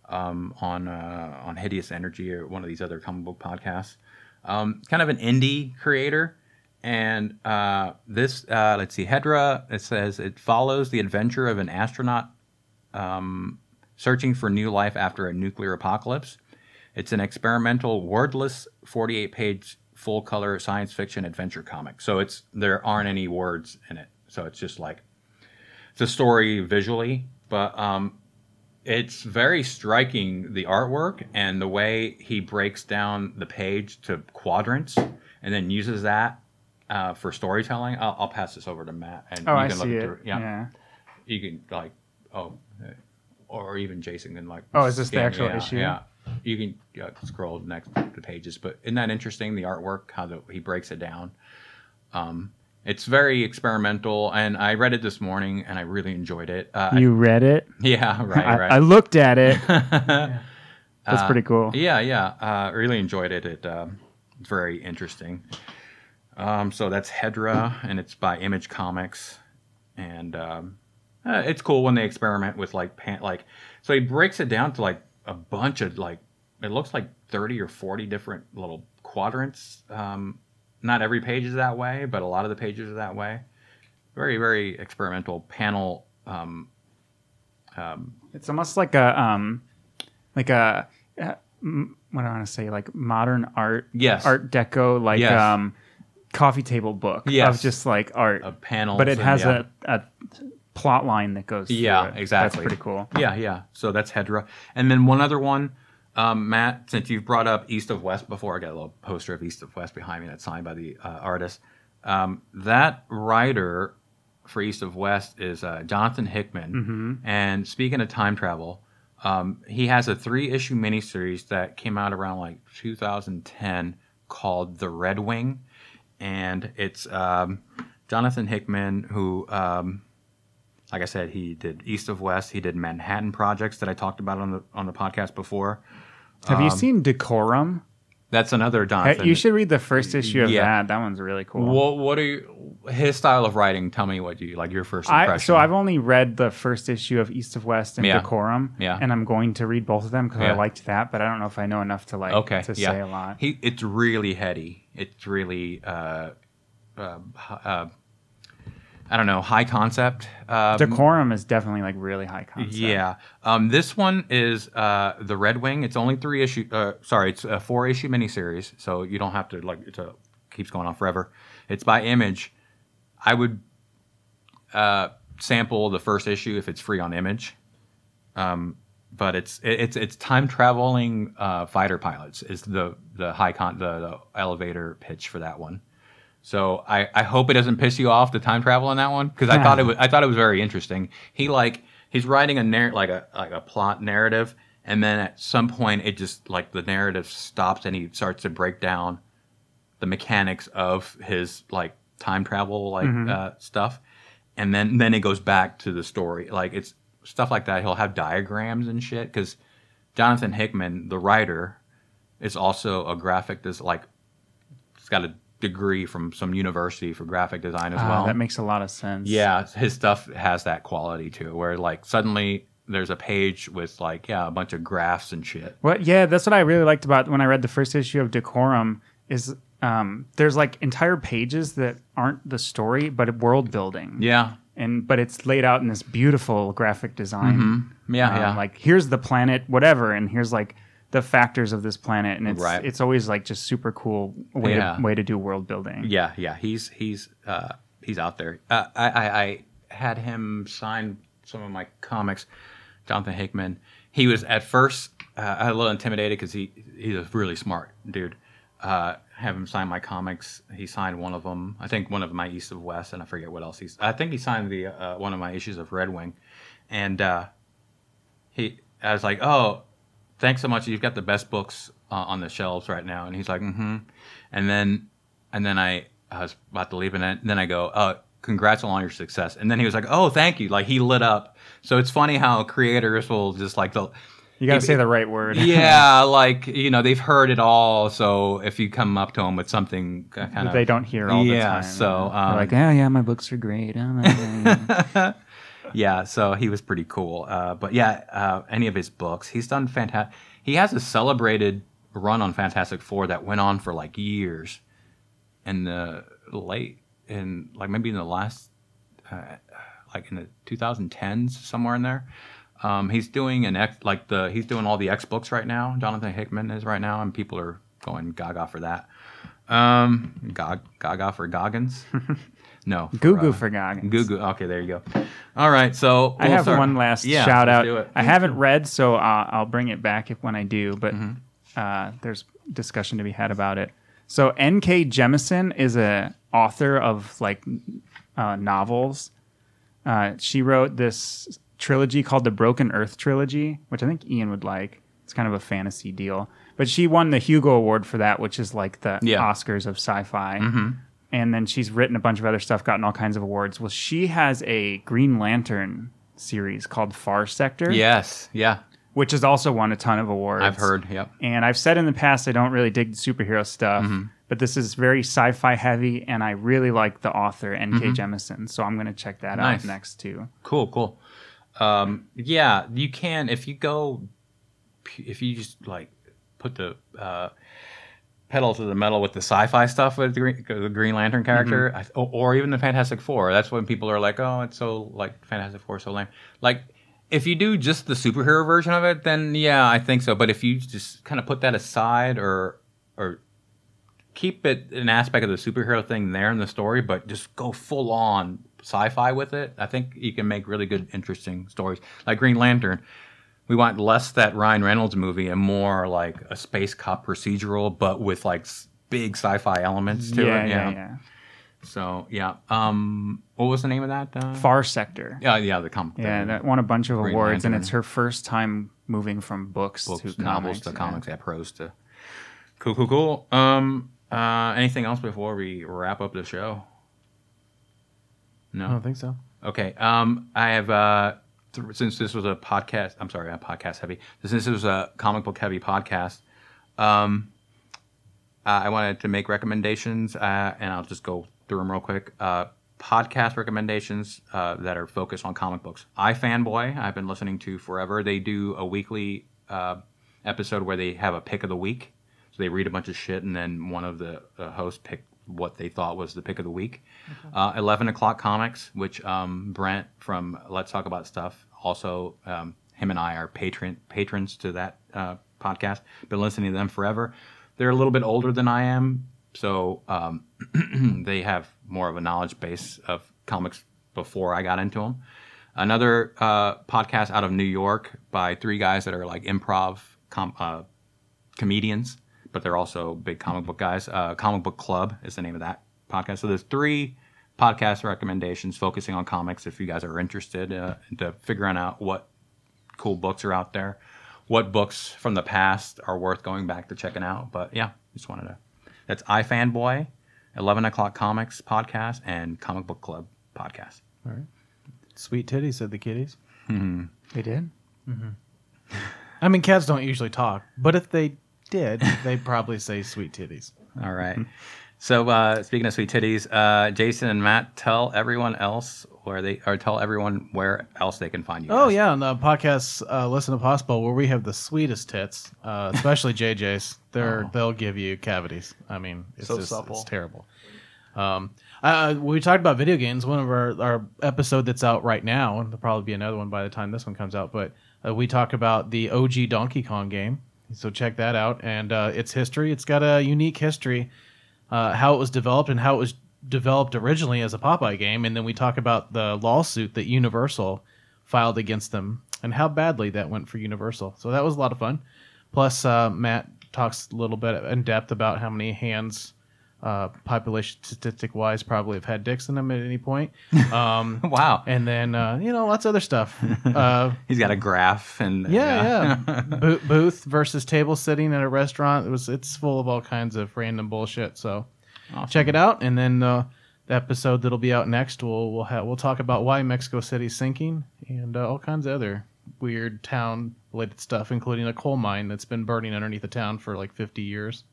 um, on uh, on Hideous Energy or one of these other comic book podcasts. Um, kind of an indie creator, and uh, this uh, let's see, Hedra. It says it follows the adventure of an astronaut um, searching for new life after a nuclear apocalypse. It's an experimental, wordless, forty-eight-page full-color science fiction adventure comic. So it's there aren't any words in it. So it's just like it's a story visually, but um, it's very striking the artwork and the way he breaks down the page to quadrants and then uses that uh, for storytelling. I'll, I'll pass this over to Matt and Oh, you I can look see it. through. Yeah. you can like oh, uh, or even Jason can like. Oh, is this the scan- actual yeah, issue? Yeah, you can uh, scroll next to pages. But isn't that interesting? The artwork, how the, he breaks it down. Um, it's very experimental, and I read it this morning, and I really enjoyed it. Uh, I- You read it? yeah, right, right. I, I looked at it. That's Uh, pretty cool. Yeah, yeah. Uh, really enjoyed it. It um, it's very interesting. Um, so that's Hedra, and it's by Image Comics, and um, uh, it's cool when they experiment with like pan- like. So he breaks it down to like a bunch of like it looks like thirty or forty different little quadrants. Um, not every page is that way, but a lot of the pages are that way. Very very experimental panel. Um, It's almost like a um, like a uh, m- what do I want to say like modern art, Yes. Art Deco, like Yes. um, coffee table book Yes. of just like art, of panels, but it and, has yeah. a, a plot line that goes. through Yeah, it. exactly. That's pretty cool. Yeah, yeah. So that's Hedra. And then one other one, um, Matt, since you've brought up East of West before, I got a little poster of East of West behind me that's signed by the uh, artist. Um, that writer for East of West is uh, Jonathan Hickman. Mm-hmm. Mm-hmm. And speaking of time travel, um, he has a three issue miniseries that came out around like 2010 called The Red Wing. And it's um, Jonathan Hickman, who. Um, like I said, he did East of West. He did Manhattan projects that I talked about on the on the podcast before. Have Um, you seen Decorum? That's another Hey, Jonathan. You should read the first issue of Yeah. that. That one's really cool. What, what are you, his style of writing? Tell me what you like. Your first impression. I, so I've only read the first issue of East of West and Yeah. Decorum, Yeah. and I'm going to read both of them because Yeah. I liked that, but I don't know if I know enough to like okay. to yeah. say a lot. He it's really heady. It's really uh, uh, hi- uh, I don't know high concept. Um, Decorum is definitely like really high concept. Yeah. Um, this one is uh, the Red Wing. It's only three issue. Uh, sorry, it's a four issue miniseries, so you don't have to like. It's a keeps going on forever. It's by Image. I would uh, sample the first issue if it's free on Image. Um, but it's it- it's it's time traveling uh, fighter pilots is the the high con the, the elevator pitch for that one. So I, I hope it doesn't piss you off the time travel on that one because I thought it was I thought it was very interesting. He like he's writing a narr- like a like a plot narrative, and then at some point it just like the narrative stops and he starts to break down the mechanics of his like time travel like Mm-hmm. uh, stuff, and then then it goes back to the story like it's stuff like that. He'll have diagrams and shit because Jonathan Hickman, the writer, is also a graphic des- like he's got a degree from some university for graphic design as Ah, well. that makes a lot of sense. Yeah, his stuff has that quality too, where like suddenly there's a page with like yeah a bunch of graphs and shit. Well, yeah, that's what I really liked about when I read the first issue of Decorum is um, there's like entire pages that aren't the story, but world building. Yeah, And but it's laid out in this beautiful graphic design. yeah, Um, yeah. Like here's the planet, whatever, and here's like the factors of this planet, and it's Right. it's always like just super cool way Yeah. to way to do world building. Yeah, yeah, he's he's uh, he's out there. Uh, I, I I had him sign some of my comics. Jonathan Hickman. He was at first uh, a little intimidated because he he's a really smart dude. Uh, have him sign my comics. He signed one of them. I think one of my East of West, and I forget what else he's. I think he signed the uh, one of my issues of Red Wing, and uh, he. I was like, oh, thanks so much. You've got the best books uh, on the shelves right now. And he's like, mm-hmm. And then, and then I, I was about to leave, and then, then I go, oh, congrats on all your success. And then he was like, oh, thank you. Like he lit up. So it's funny how creators will just like the. You got to If- say the right word. yeah, like you know they've heard it all. So if you come up to them with something, uh, kind that of they don't hear all the yeah, time. so, They're um, like, oh yeah, my books are great. Oh, my- yeah, so he was pretty cool. Uh, but yeah, uh, any of his books, he's done fantastic. He has a celebrated run on Fantastic Four that went on for like years, in the late in like maybe in the last uh, like in the 2010s somewhere in there. Um, he's doing an X like the he's doing all the X books right now. Jonathan Hickman is right now, and people are going gaga for that. Um, gog, gaga for Goggins. No, for, Goo goo uh, for Goggins. Goo goo. Okay, there you go. All right, so I we'll have start- one last Yeah, shout let's out. do it. I haven't read, so uh, I'll bring it back if when I do. But Mm-hmm. uh, there's discussion to be had about it. So N.K. Jemison is a author of like uh, novels. Uh, she wrote this trilogy called the Broken Earth trilogy, which I think Ian would like. It's kind of a fantasy deal, but she won the Hugo Award for that, which is like the Yeah. Oscars of sci-fi. Mm-hmm. And then she's written a bunch of other stuff, gotten all kinds of awards. Well, she has a Green Lantern series called Far Sector, Yes, yeah, which has also won a ton of awards. I've heard. Yep. And I've said in the past I don't really dig the superhero stuff, Mm-hmm. but this is very sci-fi heavy, and I really like the author N.K. Jemison, so I'm going to check that Mm-hmm. Nice. out next too. Cool, cool. Um, yeah, you can if you go, if you just like put the uh, pedal to the metal with the sci-fi stuff with the Green, the Green Mm-hmm. Lantern character, I, or, or even the Fantastic Four. That's when people are like, "Oh, it's so like Fantastic Four, is so lame." Like, if you do just the superhero version of it, then yeah, I think so. But if you just kind of put that aside, or or keep it an aspect of the superhero thing there in the story, but just go full on sci-fi with it. I think you can make really good, interesting stories. Like Green Lantern, we want less that Ryan Reynolds movie and more like a space cop procedural, but with like s- big sci-fi elements to yeah, it. yeah, yeah. So yeah. Um, what was the name of that? Uh, Far Sector. yeah, yeah, the comic. Yeah, the that won a bunch of Green awards, and Lantern. it's her first time moving from books, books, to novels, comics, to yeah. comics, yeah, prose to. Cool, cool, cool. Um, uh, anything else before we wrap up the show? I No. don't think so. Okay. Um, I have uh, th- since this was a podcast. I'm sorry, a podcast heavy. Since this was a comic book heavy podcast, um, uh, I wanted to make recommendations, uh, and I'll just go through them real quick. Uh, podcast recommendations uh, that are focused on comic books. iFanboy, I've been listening to forever. They do a weekly uh, episode where they have a pick of the week. So they read a bunch of shit, and then one of the uh, hosts picked what they thought was the pick of the week. Uh, 11 o'clock comics, which um, Brent from Let's Talk About Stuff also, um, him and I are patron patrons to that uh, podcast. Been listening to them forever. They're a little bit older than I am, so um, they have more of a knowledge base of comics before I got into them. Another uh, podcast out of New York by three guys that are like improv com- uh, comedians, but they're also big comic book guys. Uh, comic Book Club is the name of that podcast. So there's three podcast recommendations focusing on comics. If you guys are interested uh, into figuring out what cool books are out there, what books from the past are worth going back to checking out. But yeah, just wanted to. That's iFanboy, Eleven O'clock Comics podcast, and Comic Book Club podcast. Sweet titty, said the Mm-hmm. kitties. They did. I mean, cats don't usually talk, but if they did, they'd probably say sweet titties. All right. So uh, speaking of sweet titties, uh, Jason and Matt, tell everyone else where they or tell everyone where else they can find you. Oh guys. yeah, on the podcast uh, Listen to Possible, where we have the sweetest tits, uh, especially JJ's. They're they'll give you cavities. I mean, it's So just, supple. It's terrible. Um, uh, we talked about video games. One of our our episode that's out right now, and there'll probably be another one by the time this one comes out. But uh, we talk about the OG Donkey Kong game. So check that out, and uh, its history. It's got a unique history uh, how it was developed and how it was developed originally as a Popeye game, and then we talk about the lawsuit that Universal filed against them and how badly that went for Universal. So that was a lot of fun. Plus, uh, Matt talks a little bit in depth about how many hands, uh, population statistic wise, probably have had dicks in them at any point. Um, Wow. and then uh, you know lots of other stuff. Uh, He's got a graph and yeah, yeah. Bo- booth versus table sitting at a restaurant. It was it's full of all kinds of random bullshit. So Awesome. check it out, and then uh, the episode that'll be out next, we'll we'll ha- we'll talk about why Mexico City's sinking and uh, all kinds of other weird town related stuff, including a coal mine that's been burning underneath the town for like fifty years,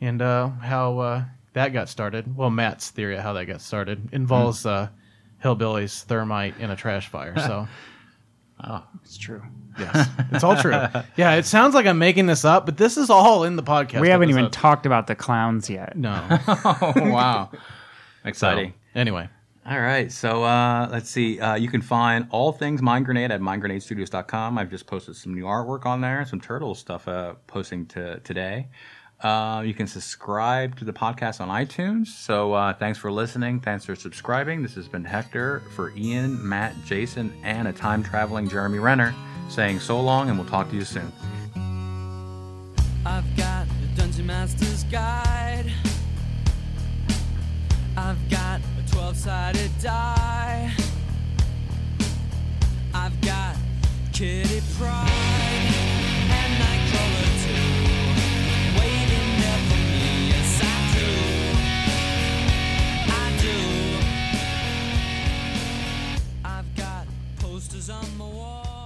and uh, how uh, that got started. Well, Matt's theory of how that got started involves. Uh, Hillbillies, thermite, and a trash fire. So It's true. Yes, it's all true. Yeah, it sounds like I'm making this up, but this is all in the podcast. We haven't even episode. talked about the clowns yet. no. oh, wow. So, Exciting. anyway, All right. So uh, let's see. Uh, you can find all things Mind Grenade at mindgrenadestudios.com. I've just posted some new artwork on there, some turtle stuff uh, posting to today. Uh, you can subscribe to the podcast on iTunes. So uh, thanks for listening. Thanks for subscribing. This has been Hector for Ian, Matt, Jason, and a time traveling Jeremy Renner saying so long, and we'll talk to you soon. I've got a Dungeon Master's Guide. I've got a 12 sided die. I've got Kitty Pride and Nightcrawler too. Waiting there for me, yes, I do. I do. I've got posters on my wall.